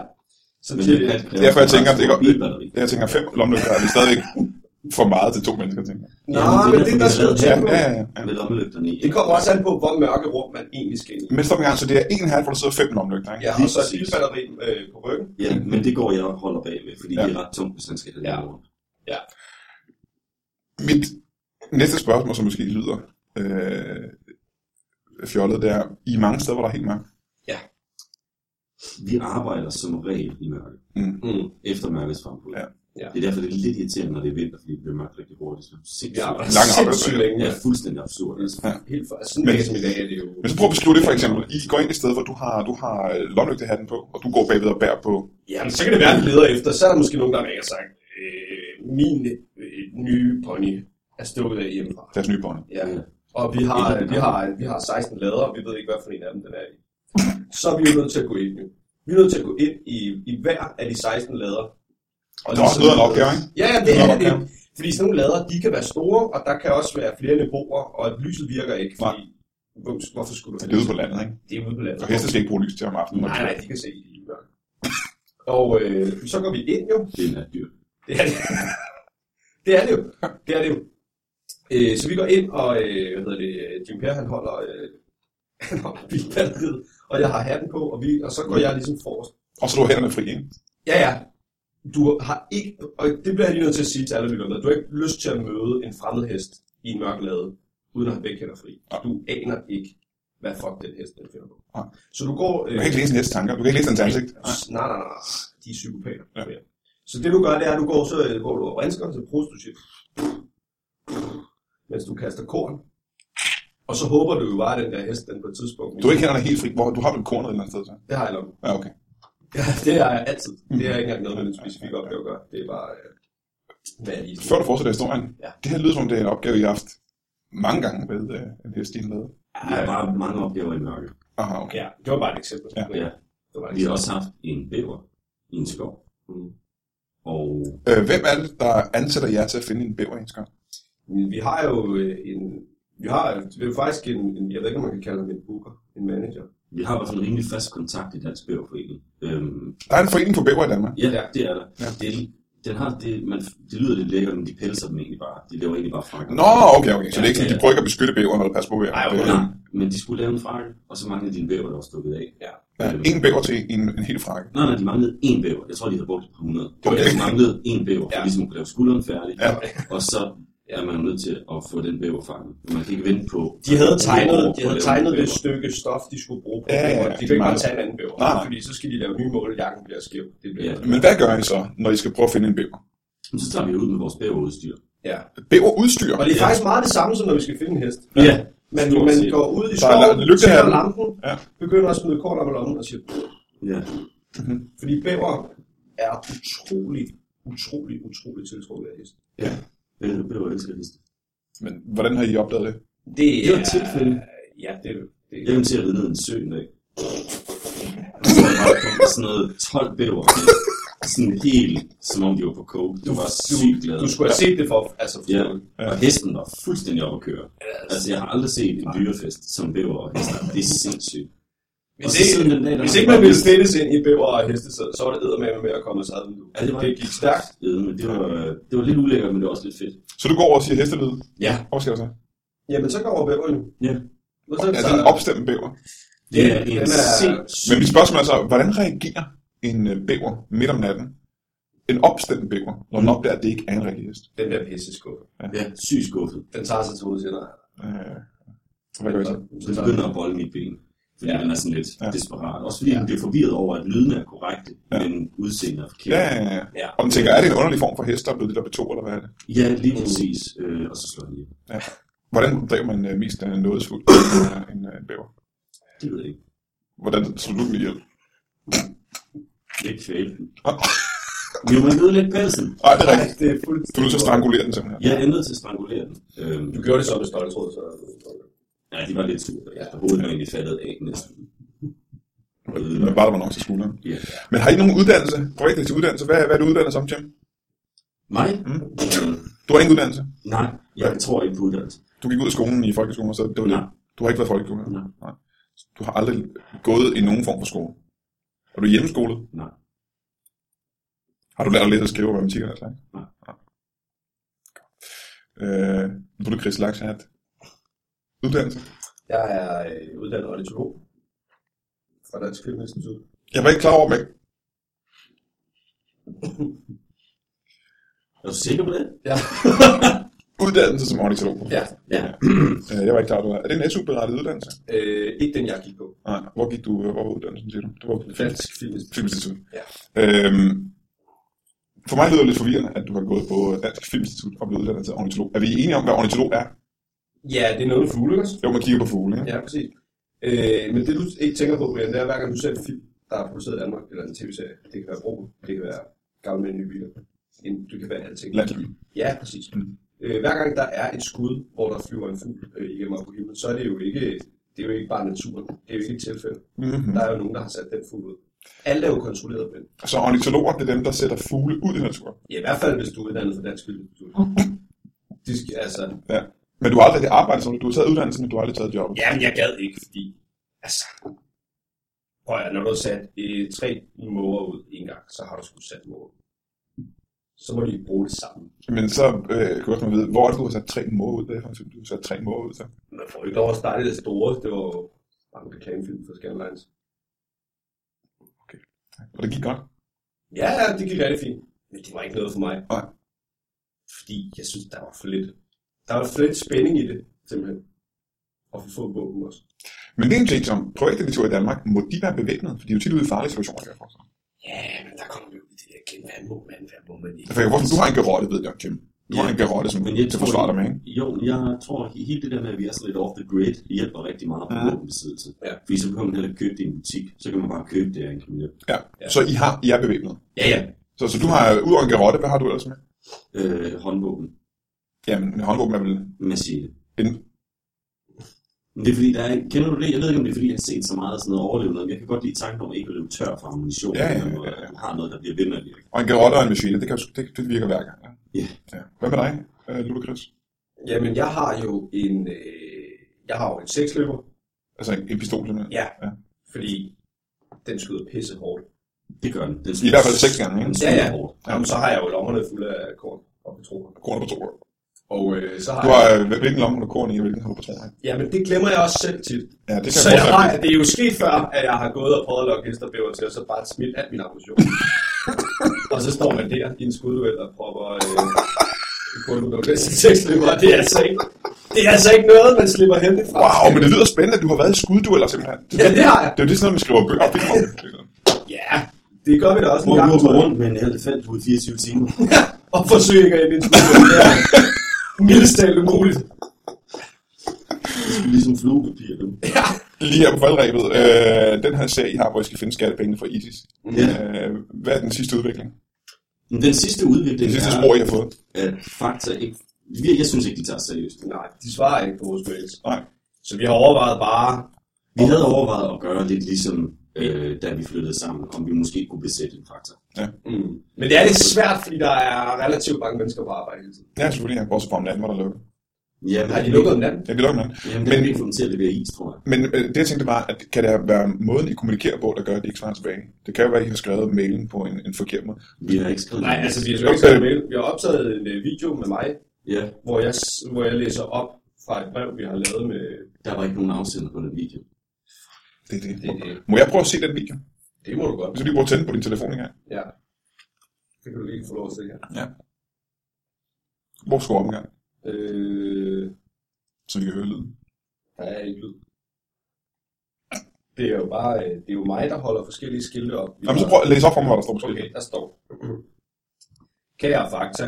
Speaker 2: Så
Speaker 3: Men
Speaker 2: det,
Speaker 3: det kan kræve
Speaker 4: Derfor jeg
Speaker 3: en ret
Speaker 4: tænker, det
Speaker 3: stor
Speaker 4: går-
Speaker 3: bilbatteri.
Speaker 4: Jeg tænker, fem lommelygter er vi stadigvæk for meget til to mennesker, tænker jeg.
Speaker 2: Nå,
Speaker 3: Ja, men
Speaker 2: men
Speaker 3: det
Speaker 2: det
Speaker 3: er
Speaker 2: der
Speaker 3: derfor,
Speaker 2: skal
Speaker 3: vi
Speaker 2: du
Speaker 3: har
Speaker 4: Ja,
Speaker 2: tage på.
Speaker 4: ja, ja. ja.
Speaker 3: Med lommelygterne i.
Speaker 2: Det kommer også an på, hvor mørke rum man egentlig skal ind i.
Speaker 4: Men stop en gang, så det er en halv, hvor der sidder fem lommelygter, ikke?
Speaker 2: Ja, og
Speaker 3: Lige
Speaker 2: så et
Speaker 3: præcis.
Speaker 2: bilbatteri øh, på ryggen.
Speaker 3: Ja, men det går jeg og holder bagved, fordi
Speaker 4: Ja.
Speaker 3: det er ret tungt, hvis han skal have det
Speaker 2: Ja.
Speaker 3: ja. rundt.
Speaker 4: Mit næste spørgsmål, som måske lyder øh, fjollet, det er, I er mange steder, hvor der er helt mørkt.
Speaker 3: Vi arbejder som regel i mørke,
Speaker 4: Mm.
Speaker 2: Mm.
Speaker 3: efter mørkets frembrud.
Speaker 4: Ja.
Speaker 2: Ja.
Speaker 3: Det er derfor, det er lidt irriterende, når det er vinter, fordi det bliver mørkt rigtig hurtigt. Så
Speaker 2: Vi
Speaker 3: sindssygt.
Speaker 2: arbejder
Speaker 4: Lang
Speaker 2: sindssygt
Speaker 4: arbejdsdag.
Speaker 2: længe.
Speaker 3: Ja, fuldstændig absurd. Altså.
Speaker 4: Ja.
Speaker 2: Helt for, altså, sådan
Speaker 4: Men-
Speaker 2: en dag som i dag er det jo...
Speaker 4: Men så prøv at beskrive det for eksempel. I går ind et sted, hvor du har, du har øh, lommelygtehatten på, og du går bagved og bærer på.
Speaker 2: Jamen, så kan det være, at vi leder efter. Så er der måske nogen, der ringer og sagt, øh, min øh, nye pony er stukket af hjemmefra.
Speaker 4: Deres nye bånd.
Speaker 2: Ja. Og vi har, vi har, vi har 16 lader, og vi ved ikke, hvad for en af dem den er i. Så er vi jo nødt til at gå ind nu. Vi er nødt til at gå ind i, i hver af de 16 lader. Og ligesom-
Speaker 4: Det er også noget af en opgave, ikke?
Speaker 2: Ja, ja, det
Speaker 4: Noget af
Speaker 2: er
Speaker 4: en
Speaker 2: det.
Speaker 4: opgave.
Speaker 2: Fordi sådan nogle lader, de kan være store, og der kan også være flere niveauer, og lyset virker ikke, fordi... Hvor- Hvorfor skulle du
Speaker 4: Det er ude på landet, ikke?
Speaker 2: Det er ude på landet.
Speaker 4: Og heste skal ikke bruge lys til om aftenen. når de
Speaker 2: Nej,
Speaker 4: kører.
Speaker 2: nej, de kan se i mørke. Og øh, så går vi ind jo.
Speaker 3: Det er natdyr.
Speaker 2: Det er det. det er det jo. Det er det jo. Øh, så vi går ind, og øh, hvad hedder det, øh, Jim Per, han holder, øh, han holder bilbatteriet, og jeg har hatten på, og, vi, og så går jeg ligesom forrest.
Speaker 4: Og så er du har hænderne fri, ikke?
Speaker 2: Ja, ja, du har ikke, og det bliver jeg lige nødt til at sige til alle lytterne, at du har ikke lyst til at møde en fremmed hest i en mørk lade, uden at have begge hænder fri. Du aner ikke, hvad fuck den hest, den finder på.
Speaker 4: Nej.
Speaker 2: Så du går... øh,
Speaker 4: Du kan ikke læse hans tanker. Du kan ikke læse hans ansigt.
Speaker 2: Nej, nej, nej. De er psykopater.
Speaker 4: Ja.
Speaker 2: Ja. Så det du gør, det er, at du går, så øh, går du og rensker, så bruger du til, mens du kaster korn. Og så håber du jo bare, at den der hest, den på et tidspunkt...
Speaker 4: Du har ikke hænderne helt fri. Hvor, du har vel kornet et eller andet sted, så?
Speaker 2: Det har jeg lov.
Speaker 4: Ja, okay.
Speaker 2: Ja, det har jeg altid. Det er ikke engang noget med den specifikke opgave at gøre. Det er bare... Øh, hvad er det?
Speaker 4: Før du fortsætter historien,
Speaker 2: Ja.
Speaker 4: det her lyder som, om det er en opgave, I har haft mange gange med øh, en hest i en lade.
Speaker 3: Vi har bare mange opgaver i mørke.
Speaker 4: Aha, okay.
Speaker 2: Ja, det var bare et eksempel.
Speaker 4: Ja.
Speaker 3: Ja.
Speaker 2: Det var et
Speaker 3: Vi har
Speaker 2: eksempel.
Speaker 3: også haft en bæver i en skov.
Speaker 2: Mm.
Speaker 3: Og
Speaker 4: Øh, hvem er det, der ansætter jer til at finde en bæver i en skov?
Speaker 2: Men Vi har jo øh, en... Vi har, det er jo faktisk en, en, jeg ved ikke, om man kan kalde ham en booker, en manager.
Speaker 3: vi har i hvert fald en rimelig fast kontakt i Dansk Bæverforening. Øhm,
Speaker 4: Der er en forening for bæver i Danmark.
Speaker 3: ja,
Speaker 2: Ja.
Speaker 3: det er der.
Speaker 4: Ja.
Speaker 3: Ja. Det, er- den har, det, man, det lyder lidt lækkert, men de pelser dem egentlig bare. De laver egentlig bare frakker.
Speaker 4: Nå, okay, okay. Så det er ikke sådan,
Speaker 3: Ja,
Speaker 4: de
Speaker 3: ja.
Speaker 4: prøver ikke at beskytte bæveren eller passe på bæveren.
Speaker 2: Nej,
Speaker 4: Det er-
Speaker 3: Nej, men de skulle lave en frakke, og så manglede de en bæver, der var stukket af.
Speaker 2: Ja.
Speaker 4: Ja,
Speaker 3: Øhm,
Speaker 4: en bæver til en, en hel frakke.
Speaker 3: Nej, nej, de manglede en bæver. Jeg tror, de havde brugt et par hundrede. Det var
Speaker 4: Okay.
Speaker 3: okay. De manglede en bæver, for
Speaker 2: Ja.
Speaker 3: ja. ligesom at kunne lave skulderen færdig.
Speaker 4: Ja.
Speaker 3: Og så er man jo nødt til at få den bæver fanget. Man kan ikke vente på...
Speaker 2: De havde tegnet,
Speaker 3: Bæver
Speaker 2: de
Speaker 3: for at
Speaker 2: havde
Speaker 3: lave
Speaker 2: tegnet
Speaker 3: en
Speaker 2: det
Speaker 3: bæver.
Speaker 2: stykke stof, de skulle bruge på
Speaker 4: Ja,
Speaker 2: ja,
Speaker 4: ja,
Speaker 2: ja,
Speaker 4: ja,
Speaker 2: De
Speaker 4: det
Speaker 2: kan
Speaker 4: er
Speaker 2: ikke bare
Speaker 4: meget-
Speaker 2: tage en anden bæver,
Speaker 4: Nej, nej.
Speaker 2: fordi så skal de lave nye mål, jakken bliver skæv. Det bliver
Speaker 3: Ja.
Speaker 4: Men hvad gør I så, når I skal prøve at finde en bæver?
Speaker 3: Men Så tager vi ud med vores bæverudstyr.
Speaker 2: ja.
Speaker 4: Bæverudstyr?
Speaker 2: Og det er
Speaker 3: Ja.
Speaker 2: faktisk meget det samme, som når vi skal finde en hest.
Speaker 3: Ja.
Speaker 2: Man,
Speaker 3: Stort
Speaker 2: man
Speaker 3: set.
Speaker 2: går ud i
Speaker 4: Der er
Speaker 2: skoven,
Speaker 4: lygte af
Speaker 2: tænder
Speaker 4: den.
Speaker 2: lampen,
Speaker 4: Ja.
Speaker 2: begynder at smide korn op i lommen og siger,
Speaker 3: ja.
Speaker 2: fordi bæver er utrolig, utrolig, utrolig tiltrukket af hest.
Speaker 3: Bæver, bæver elsker heste.
Speaker 4: Men hvordan har I opdaget det?
Speaker 2: Det
Speaker 3: Det var et tilfælde.
Speaker 2: Ja, det er det.
Speaker 3: Jeg kom til at ride ned en sø en dag. Og så var der bare kommet sådan noget 12 bæver. Sådan helt, som om de var på coke. Det var sygt glad.
Speaker 2: Du skulle have set det for, altså, for
Speaker 3: Ja. Og hesten var fuldstændig op at køre. Altså, jeg har aldrig set en dyrefest som bæver og hester. Det er sindssygt.
Speaker 2: Hvis
Speaker 3: Og så
Speaker 2: ikke,
Speaker 3: siden den dag, der
Speaker 2: hvis
Speaker 3: har
Speaker 2: ikke man
Speaker 3: bare
Speaker 2: ville stilles ind i bæver og heste, så, så var det eddermame med at komme os ad.
Speaker 3: Ja, det var-
Speaker 2: det gik stærkt.
Speaker 3: æde, men det var, det var lidt ulækkert, men det var også lidt fedt.
Speaker 4: Så du går over og siger hestelyd?
Speaker 2: Ja.
Speaker 4: Og hvad sker der så?
Speaker 2: Jamen, så kommer bæveren jo.
Speaker 3: Ja.
Speaker 2: Og så,
Speaker 4: Er
Speaker 2: så,
Speaker 4: det en opstemt bæver?
Speaker 3: Det er
Speaker 2: Den
Speaker 3: en
Speaker 2: er-
Speaker 4: Men
Speaker 3: sindssyg...
Speaker 4: mit spørgsmål er så, hvordan reagerer en øh, bæver midt om natten? En opstemt bæver, når
Speaker 2: Mm.
Speaker 4: man opdager, at det ikke er en rigtig hest.
Speaker 2: den der pisseskuffe,
Speaker 3: Ja, syg skuffet.
Speaker 2: den tager sig til hovedet og siger, nej.
Speaker 4: Øh, hvad gør I så?
Speaker 3: Den
Speaker 2: tager
Speaker 3: begynder at bolde mit ben. Fordi
Speaker 2: Ja.
Speaker 3: ja. den er sådan lidt
Speaker 4: Ja.
Speaker 3: ja. desperat. Også fordi
Speaker 2: Ja.
Speaker 3: ja. den bliver forvirret over, at lyden er korrekte,
Speaker 4: Ja.
Speaker 3: ja. men udseendet er forkert.
Speaker 4: Ja, ja, ja.
Speaker 2: Ja.
Speaker 4: Og man tænker, er det en underlig form for hest, der er blevet det der beto, eller hvad er det?
Speaker 3: ja lige præcis. Øh, og så slår den ihjel.
Speaker 4: Hvordan drev man øh, mest øh, nådesfuldt øh, en, øh, en bæver?
Speaker 3: Det ved jeg ikke.
Speaker 4: Hvordan slog du den ihjel?
Speaker 3: Lidt kvæle den.
Speaker 4: Ah.
Speaker 3: Vi må nødt lidt pelsen.
Speaker 4: Nej, det er rigtigt.
Speaker 2: det er
Speaker 4: Du er nødt til at strangulere den simpelthen.
Speaker 3: Jeg er nødt til at strangulere den. Øhm,
Speaker 2: Du gjorde det så med stoltråd, så...
Speaker 3: ja, de var lidt sure. Ja. Hovedet var egentlig faldet af næsten. Og lyden
Speaker 4: Men
Speaker 3: var-
Speaker 4: bare der var nok til skulderen.
Speaker 3: Ja.
Speaker 4: Men har I nogen uddannelse? Privatlægtig uddannelse? Hvad, hvad er du uddannet som, Jim?
Speaker 3: Mig?
Speaker 4: Mm.
Speaker 3: Øh,
Speaker 4: Du har ingen uddannelse.
Speaker 3: nej, jeg tror ikke på uddannelse.
Speaker 4: Du gik ud af skolen i folkeskolen, og så det var det.
Speaker 3: Nej.
Speaker 4: Du har ikke været folkeskole?
Speaker 3: Nej.
Speaker 4: Nej. Du har aldrig gået i nogen form for skole. Er du hjemmeskolet?
Speaker 3: Nej.
Speaker 4: Har du lært at læse og skrive matematik eller sådan?
Speaker 3: Nej.
Speaker 4: Øh, nu er du Chris Lakshat. Uddannelse.
Speaker 2: Jeg er øh, uddannet ornitolog fra Dansk Filminstitut.
Speaker 4: Jeg var ikke klar over, men
Speaker 3: Er du sikker på det?
Speaker 4: uddannelse som ornitolog.
Speaker 2: Ja.
Speaker 3: Ja.
Speaker 4: Øh, jeg var ikke klar over, det. er det en SU-berettet uddannelse?
Speaker 2: Øh, ikke den, jeg gik på.
Speaker 4: Nej. Hvor gik du, øh, hvor var uddannelsen, siger du? Det var
Speaker 2: Dansk Filminstitut.
Speaker 4: Filminstitut.
Speaker 2: Ja.
Speaker 4: Øhm, for mig lyder det lidt forvirrende, at du har gået på Dansk Filminstitut og blevet uddannet til ornitolog. Er vi enige om, hvad ornitolog er?
Speaker 2: Ja, det er noget med fugle, ikke? også?
Speaker 4: Jo, man kigger på fugle, ikke?
Speaker 2: Ja, præcis. Øh, men det, du ikke tænker på, Brian, det er, hver gang du ser en film, der er produceret i Danmark, eller en tv-serie, det kan være brug, det kan være gamle med nye biler, En- det kan være alting.
Speaker 4: Landliv.
Speaker 2: Ja, præcis.
Speaker 4: Mm.
Speaker 2: Øh, hver gang der er et skud, hvor der flyver en fugl øh, igennem op på himlen, så er det jo ikke, det er jo ikke bare naturen. Det er jo ikke et tilfælde.
Speaker 4: Mm-hmm.
Speaker 2: Der er jo nogen, der har sat den fugl ud. Alt er jo kontrolleret med den.
Speaker 4: Så ornitologer, det er dem, der sætter fugle ud i naturen.
Speaker 2: Ja, i hvert fald, hvis du er uddannet for dansk filminstitut. De skal, altså,
Speaker 4: Men du har aldrig arbejdet som du har taget uddannelsen, men du har aldrig taget jobbet.
Speaker 2: jamen, jeg gad ikke, fordi... Altså, prøv at, høre, når du har sat øh, tre måger ud en gang, så har du sgu sat måger. Så må de ikke bruge det samme.
Speaker 4: Men så øh, kan jeg også vide, hvor er det, du har sat tre måder ud? Hvad er det for en film, du har sat tre måder ud? Så.
Speaker 2: Man får ikke lov at starte i det store. Det var jo bare en reklamefilm for Scandlines.
Speaker 4: Og det gik godt.
Speaker 2: Ja, ja, det gik rigtig fint. Men det var ikke noget for mig.
Speaker 4: Nej.
Speaker 2: Fordi jeg synes, der var for lidt. Der var for lidt spænding i det, simpelthen. Og for få våben også.
Speaker 4: Men det er en ting, som privatdetektiver i Danmark, må de være bevæbnet? For de er jo tit ude i farlige situationer, kan jeg forstå.
Speaker 2: Ja, men der kommer vi jo i det der kæmpe handmål, hvad må man ikke.
Speaker 4: For jeg forstår, du har en gerotte, ved jeg, Kim. Du har en gerotte, som
Speaker 3: Men jeg
Speaker 4: til
Speaker 3: tror
Speaker 4: forsvare dig
Speaker 3: ikke-
Speaker 4: med, ikke?
Speaker 3: Jo, jeg tror, at hele det der med, at vi er sådan lidt off the grid, hjælper rigtig meget på
Speaker 4: Ja.
Speaker 3: våbenbesiddelse.
Speaker 2: Ja.
Speaker 3: Fordi så kan man heller ikke købe det i en butik, så kan man bare købe det af en kriminel.
Speaker 4: Ja.
Speaker 2: Ja.
Speaker 4: Så I, har, I er bevæbnet.
Speaker 2: Ja, ja.
Speaker 4: Så, så du har, ud over en gerotte, hvad har du ellers med?
Speaker 3: Øh, håndvåben,
Speaker 4: Jamen, en håndvåben er vel
Speaker 3: machete.
Speaker 4: en...
Speaker 3: Men det er fordi, der er, kender du det? Jeg ved ikke, om det er fordi, jeg har set så meget af sådan noget overlevende, men jeg kan godt lide tanken om ikke at løbe tør for ammunition.
Speaker 4: Ja, ja,
Speaker 3: eller noget,
Speaker 4: ja, ja.
Speaker 3: at Du har noget, der bliver ved med at virke.
Speaker 4: Og en gerotte og en machete, det, kan, jo sgu- det, det virker hver gang. Ja.
Speaker 3: Ja.
Speaker 4: ja. Hvad med dig, øh, Ludacris?
Speaker 2: Jamen, jeg har jo en... Øh, jeg har jo en seksløber.
Speaker 4: Altså en, en pistol, simpelthen?
Speaker 2: Ja.
Speaker 4: Ja.
Speaker 2: Fordi den skyder pisse hårdt.
Speaker 3: Det gør den. den
Speaker 4: I hvert fald seks gange, ikke?
Speaker 3: Den
Speaker 2: Ja, ja.
Speaker 3: skyder hårdt.
Speaker 2: Jamen, så har jeg jo lommerne fulde af korn og patroner.
Speaker 4: Kroner på to.
Speaker 2: Og øh, så har,
Speaker 4: Du har,
Speaker 2: jeg...
Speaker 4: øh, hvilken lomme har du korn i, og hvilken har du patroner i?
Speaker 2: Jamen, det glemmer jeg også selv tit.
Speaker 4: Ja, det kan
Speaker 2: Så
Speaker 4: jeg
Speaker 2: jeg
Speaker 4: godt
Speaker 2: har,
Speaker 4: lide.
Speaker 2: det er jo sket før, at jeg har gået og prøvet at lokke hesterbæver til, og så bare smidt alt min ammunition. og så står man der i en skudduel og propper øh, en kundlukker til sexløber, og det er, altså ikke, det er altså ikke noget, man slipper hen fra.
Speaker 4: Wow, men det lyder spændende, at du har været i skuddueller simpelthen. Det,
Speaker 2: Ja, det har jeg.
Speaker 4: det er jo det sådan noget, man skriver bøger og film om.
Speaker 2: Ja, det gør vi da også
Speaker 3: Hvor
Speaker 2: en gang.
Speaker 3: du
Speaker 2: tror
Speaker 3: går
Speaker 2: jeg.
Speaker 3: rundt med en elefant ud i 24 timer.
Speaker 2: Og forsøger ikke at ende i en skudduel. Det er mildest talt umuligt.
Speaker 3: Det er ligesom fluepapir. du.
Speaker 4: Lige her på faldrebet, øh, den her sag, I har, hvor I skal finde skattepengene fra ISIS.
Speaker 3: Ja.
Speaker 4: Øh, hvad er den sidste udvikling?
Speaker 3: Men den sidste udvikling
Speaker 4: Det sidste
Speaker 3: er,
Speaker 4: spor, I har fået.
Speaker 3: at fakta ikke... vir- Jeg synes ikke, de tager seriøst.
Speaker 2: Nej, de svarer ikke på vores mails.
Speaker 4: Nej.
Speaker 2: Så vi har overvejet bare...
Speaker 3: Vi havde overvejet at gøre lidt ligesom, øh, da vi flyttede sammen, om vi måske kunne besætte en faktor.
Speaker 2: Mm. Men det er lidt svært, fordi der er relativt mange mennesker på arbejde hele tiden.
Speaker 4: Ja, selvfølgelig. Jeg bortset fra om natten, hvor der lukker.
Speaker 3: Ja,
Speaker 2: Har de lukket om natten?
Speaker 4: Ja, det lukker natten.
Speaker 3: Jamen,
Speaker 4: Men-
Speaker 3: men vi kom til at levere is, tror jeg.
Speaker 4: Men øh, det, jeg tænkte var, at kan det være måden, I kommunikerer på, der gør, at de ikke svarer tilbage? Det kan jo være, at I har skrevet mailen på en, en forkert måde.
Speaker 3: Vi har ikke skrevet
Speaker 2: Nej,
Speaker 3: noget.
Speaker 2: altså vi har jo ikke sendt mail. Vi har optaget en øh, video med mig,
Speaker 3: Ja,
Speaker 2: hvor jeg, s- hvor jeg læser op fra et brev, vi har lavet med...
Speaker 3: der var ikke nogen afsender på den video.
Speaker 4: Det er det.
Speaker 2: Det, det,
Speaker 4: Må jeg prøve at se den video?
Speaker 2: det må du godt.
Speaker 4: Hvis du lige bruger at tænde på din telefon engang.
Speaker 2: Ja. Det kan du lige få lov at se her.
Speaker 4: Hvor skal du op engang,
Speaker 2: Øh,
Speaker 4: så vi kan høre lyden?
Speaker 2: der er ikke lyd. Det er jo bare... øh, Det er jo mig, der holder forskellige skilte op. Vi
Speaker 4: Jamen, så
Speaker 2: har-
Speaker 4: prøv at læse op for mig, hvad der står på skiltet.
Speaker 2: Okay, der står. Kære Fakta,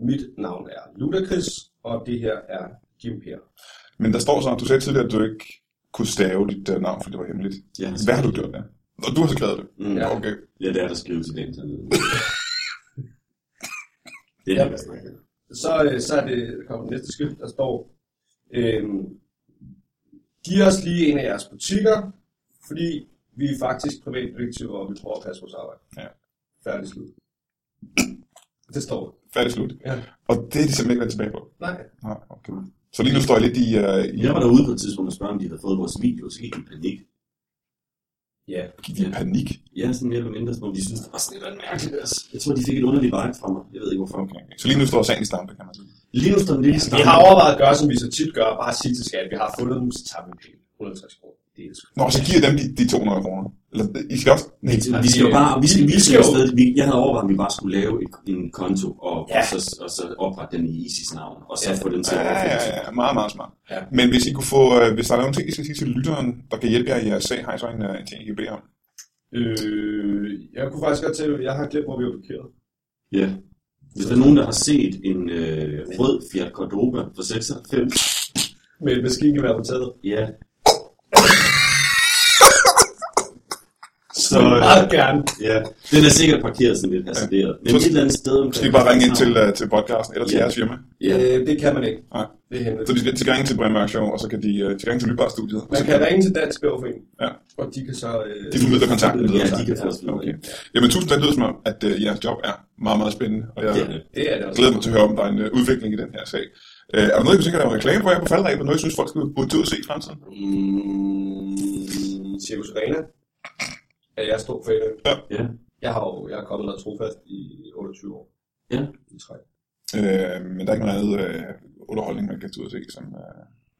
Speaker 2: mit navn er Ludacris, og det her er Jim Per.
Speaker 4: Men der står så, at du sagde tidligere, at du ikke kunne stave dit uh, navn, fordi det var hemmeligt.
Speaker 3: Jeg har
Speaker 4: Hvad har du gjort der? Og du har skrevet det.
Speaker 3: altså, Mm,
Speaker 2: Ja.
Speaker 3: ja.
Speaker 4: Okay.
Speaker 3: ja, det er der skrives i den sådan Det er
Speaker 2: Ja.
Speaker 3: det, jeg snakker om.
Speaker 2: så, øh, så er det, der kommer det næste skilt, der står, øhm, giv os lige en af jeres butikker, fordi vi er faktisk privatdetektiver, og vi tror at passe vores arbejde.
Speaker 4: Ja.
Speaker 2: Færdig slut. Det står der.
Speaker 4: Færdig slut.
Speaker 2: Ja.
Speaker 4: Og det er de simpelthen ikke vendt tilbage på.
Speaker 2: Nej.
Speaker 4: Nej, okay. Så lige nu står jeg lidt i... Uh, i
Speaker 3: Jeg var derude på et tidspunkt og spørge, om de havde fået vores video, så gik de i panik. Ja.
Speaker 4: Gik de i panik?
Speaker 3: Ja, sådan mere eller mindre, som om de synes, det var sådan et eller andet mærkeligt. Altså. Jeg tror, de fik et underligt vibe fra mig. Jeg ved ikke hvorfor.
Speaker 4: Okay. Så lige nu står sagen i stampe, kan man sige.
Speaker 3: Lige nu står den lidt i
Speaker 2: Vi
Speaker 3: starten.
Speaker 2: har overvejet at gøre, som vi så tit gør, bare sige til skat, vi har fundet dem, så tager vi en penge. 150 kroner. Det er sgu.
Speaker 4: Nå, så giver dem de, de 200 kroner. Eller, I skal også... Nej,
Speaker 3: Vi skal jo bare, vi skal, vi skal jo stadig, vi, jeg havde overvejet, at vi bare skulle lave et, en konto, og,
Speaker 2: Ja.
Speaker 3: ja. og, så, og så oprette den i Isis navn, og så
Speaker 2: Ja.
Speaker 3: ja. få den til at
Speaker 4: Ja, ja,
Speaker 3: overføre.
Speaker 4: ja, ja, meget, meget smart.
Speaker 2: Ja.
Speaker 4: Men hvis I kunne få, øh, hvis der er nogen ting, I skal sige til lytteren, der kan hjælpe jer i jeres sag, har I så en, øh, en ting, I kan bede om?
Speaker 2: Øh, jeg kunne faktisk godt tænke, at jeg har glemt, hvor vi er parkeret.
Speaker 3: Ja. Hvis der er nogen, der har set en øh, rød Fiat Cordoba fra 96,
Speaker 2: Med et maskingevær på taget.
Speaker 3: ja,
Speaker 2: Så meget gerne.
Speaker 3: ja. den er sikkert parkeret sådan lidt hasarderet. Men
Speaker 4: Så-
Speaker 3: et eller andet sted omkring...
Speaker 4: Skal I bare ringe ind til, øh, til podcasten eller til
Speaker 3: Ja.
Speaker 4: jeres firma?
Speaker 3: Ja.
Speaker 2: Øh, det kan man ikke.
Speaker 4: Nej.
Speaker 2: Det er hemmeligt.
Speaker 4: Så de skal, de skal ringe til Brian Mørk Show, og så kan de, øh, de skal ringe til Lytbar Studiet.
Speaker 2: Man kan ringe til Dansk Bæverforening,
Speaker 4: Ja.
Speaker 2: og de kan så... Øh,
Speaker 4: De formidler kontakten altså. videre.
Speaker 3: Ja,
Speaker 4: så.
Speaker 3: de kan få os videre.
Speaker 4: Okay. Jamen tusind tak, det lyder som om, at øh, jeres job er meget, meget spændende, og jeg
Speaker 3: Det er det.
Speaker 2: det er det også.
Speaker 4: glæder mig til at høre, om der er en øh, udvikling i den her sag. Øh, er der noget, I kunne tænke jer at lave reklame for jer på faldrebet? Noget, I synes, folk skulle burde ud og se i fremtiden?
Speaker 2: Mm, Circus Arena er jeg stor fan af.
Speaker 3: Ja.
Speaker 2: Jeg har jo jeg er kommet der trofast i 28 år.
Speaker 3: Ja.
Speaker 2: I træk.
Speaker 4: Øh, men der er ikke noget andet øh, underholdning, man kan tage ud og se, som øh,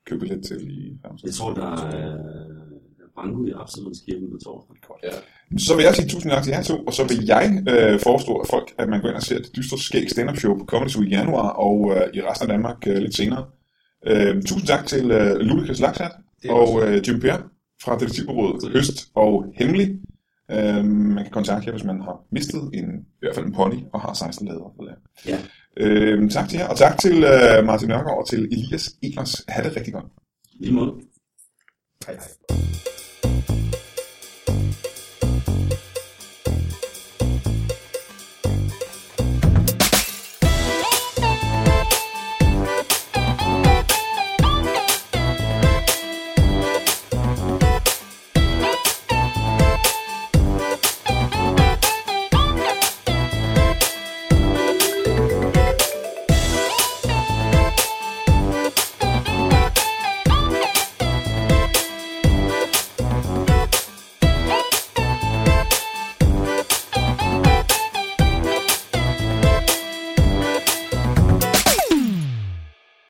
Speaker 4: købe billet til i fremtiden.
Speaker 3: Jeg tror, der er øh, Branko i Absalonskirken på torsdag.
Speaker 4: Så vil jeg sige tusind tak til jer to, og så vil jeg øh, foreslå at folk, at man går ind og ser det dystre skæg stand-up show på Comedy Zoo i januar og øh, i resten af Danmark øh, lidt senere. Øh, tusind tak til øh, Lukas Laksat
Speaker 2: Det er
Speaker 4: og øh, Jim Per fra Detektivbureauet Øst og Hemmelig. Øh, man kan kontakte jer, hvis man har mistet en, i hvert fald en pony og har 16 lader. ved jeg.
Speaker 3: Ja.
Speaker 4: Øh, tak til jer, og tak til øh, Martin Nørgaard og til Elias Ehlers. Ha' det rigtig godt.
Speaker 3: Lige måde.
Speaker 4: øh,
Speaker 2: Hej, hej.
Speaker 3: Hej.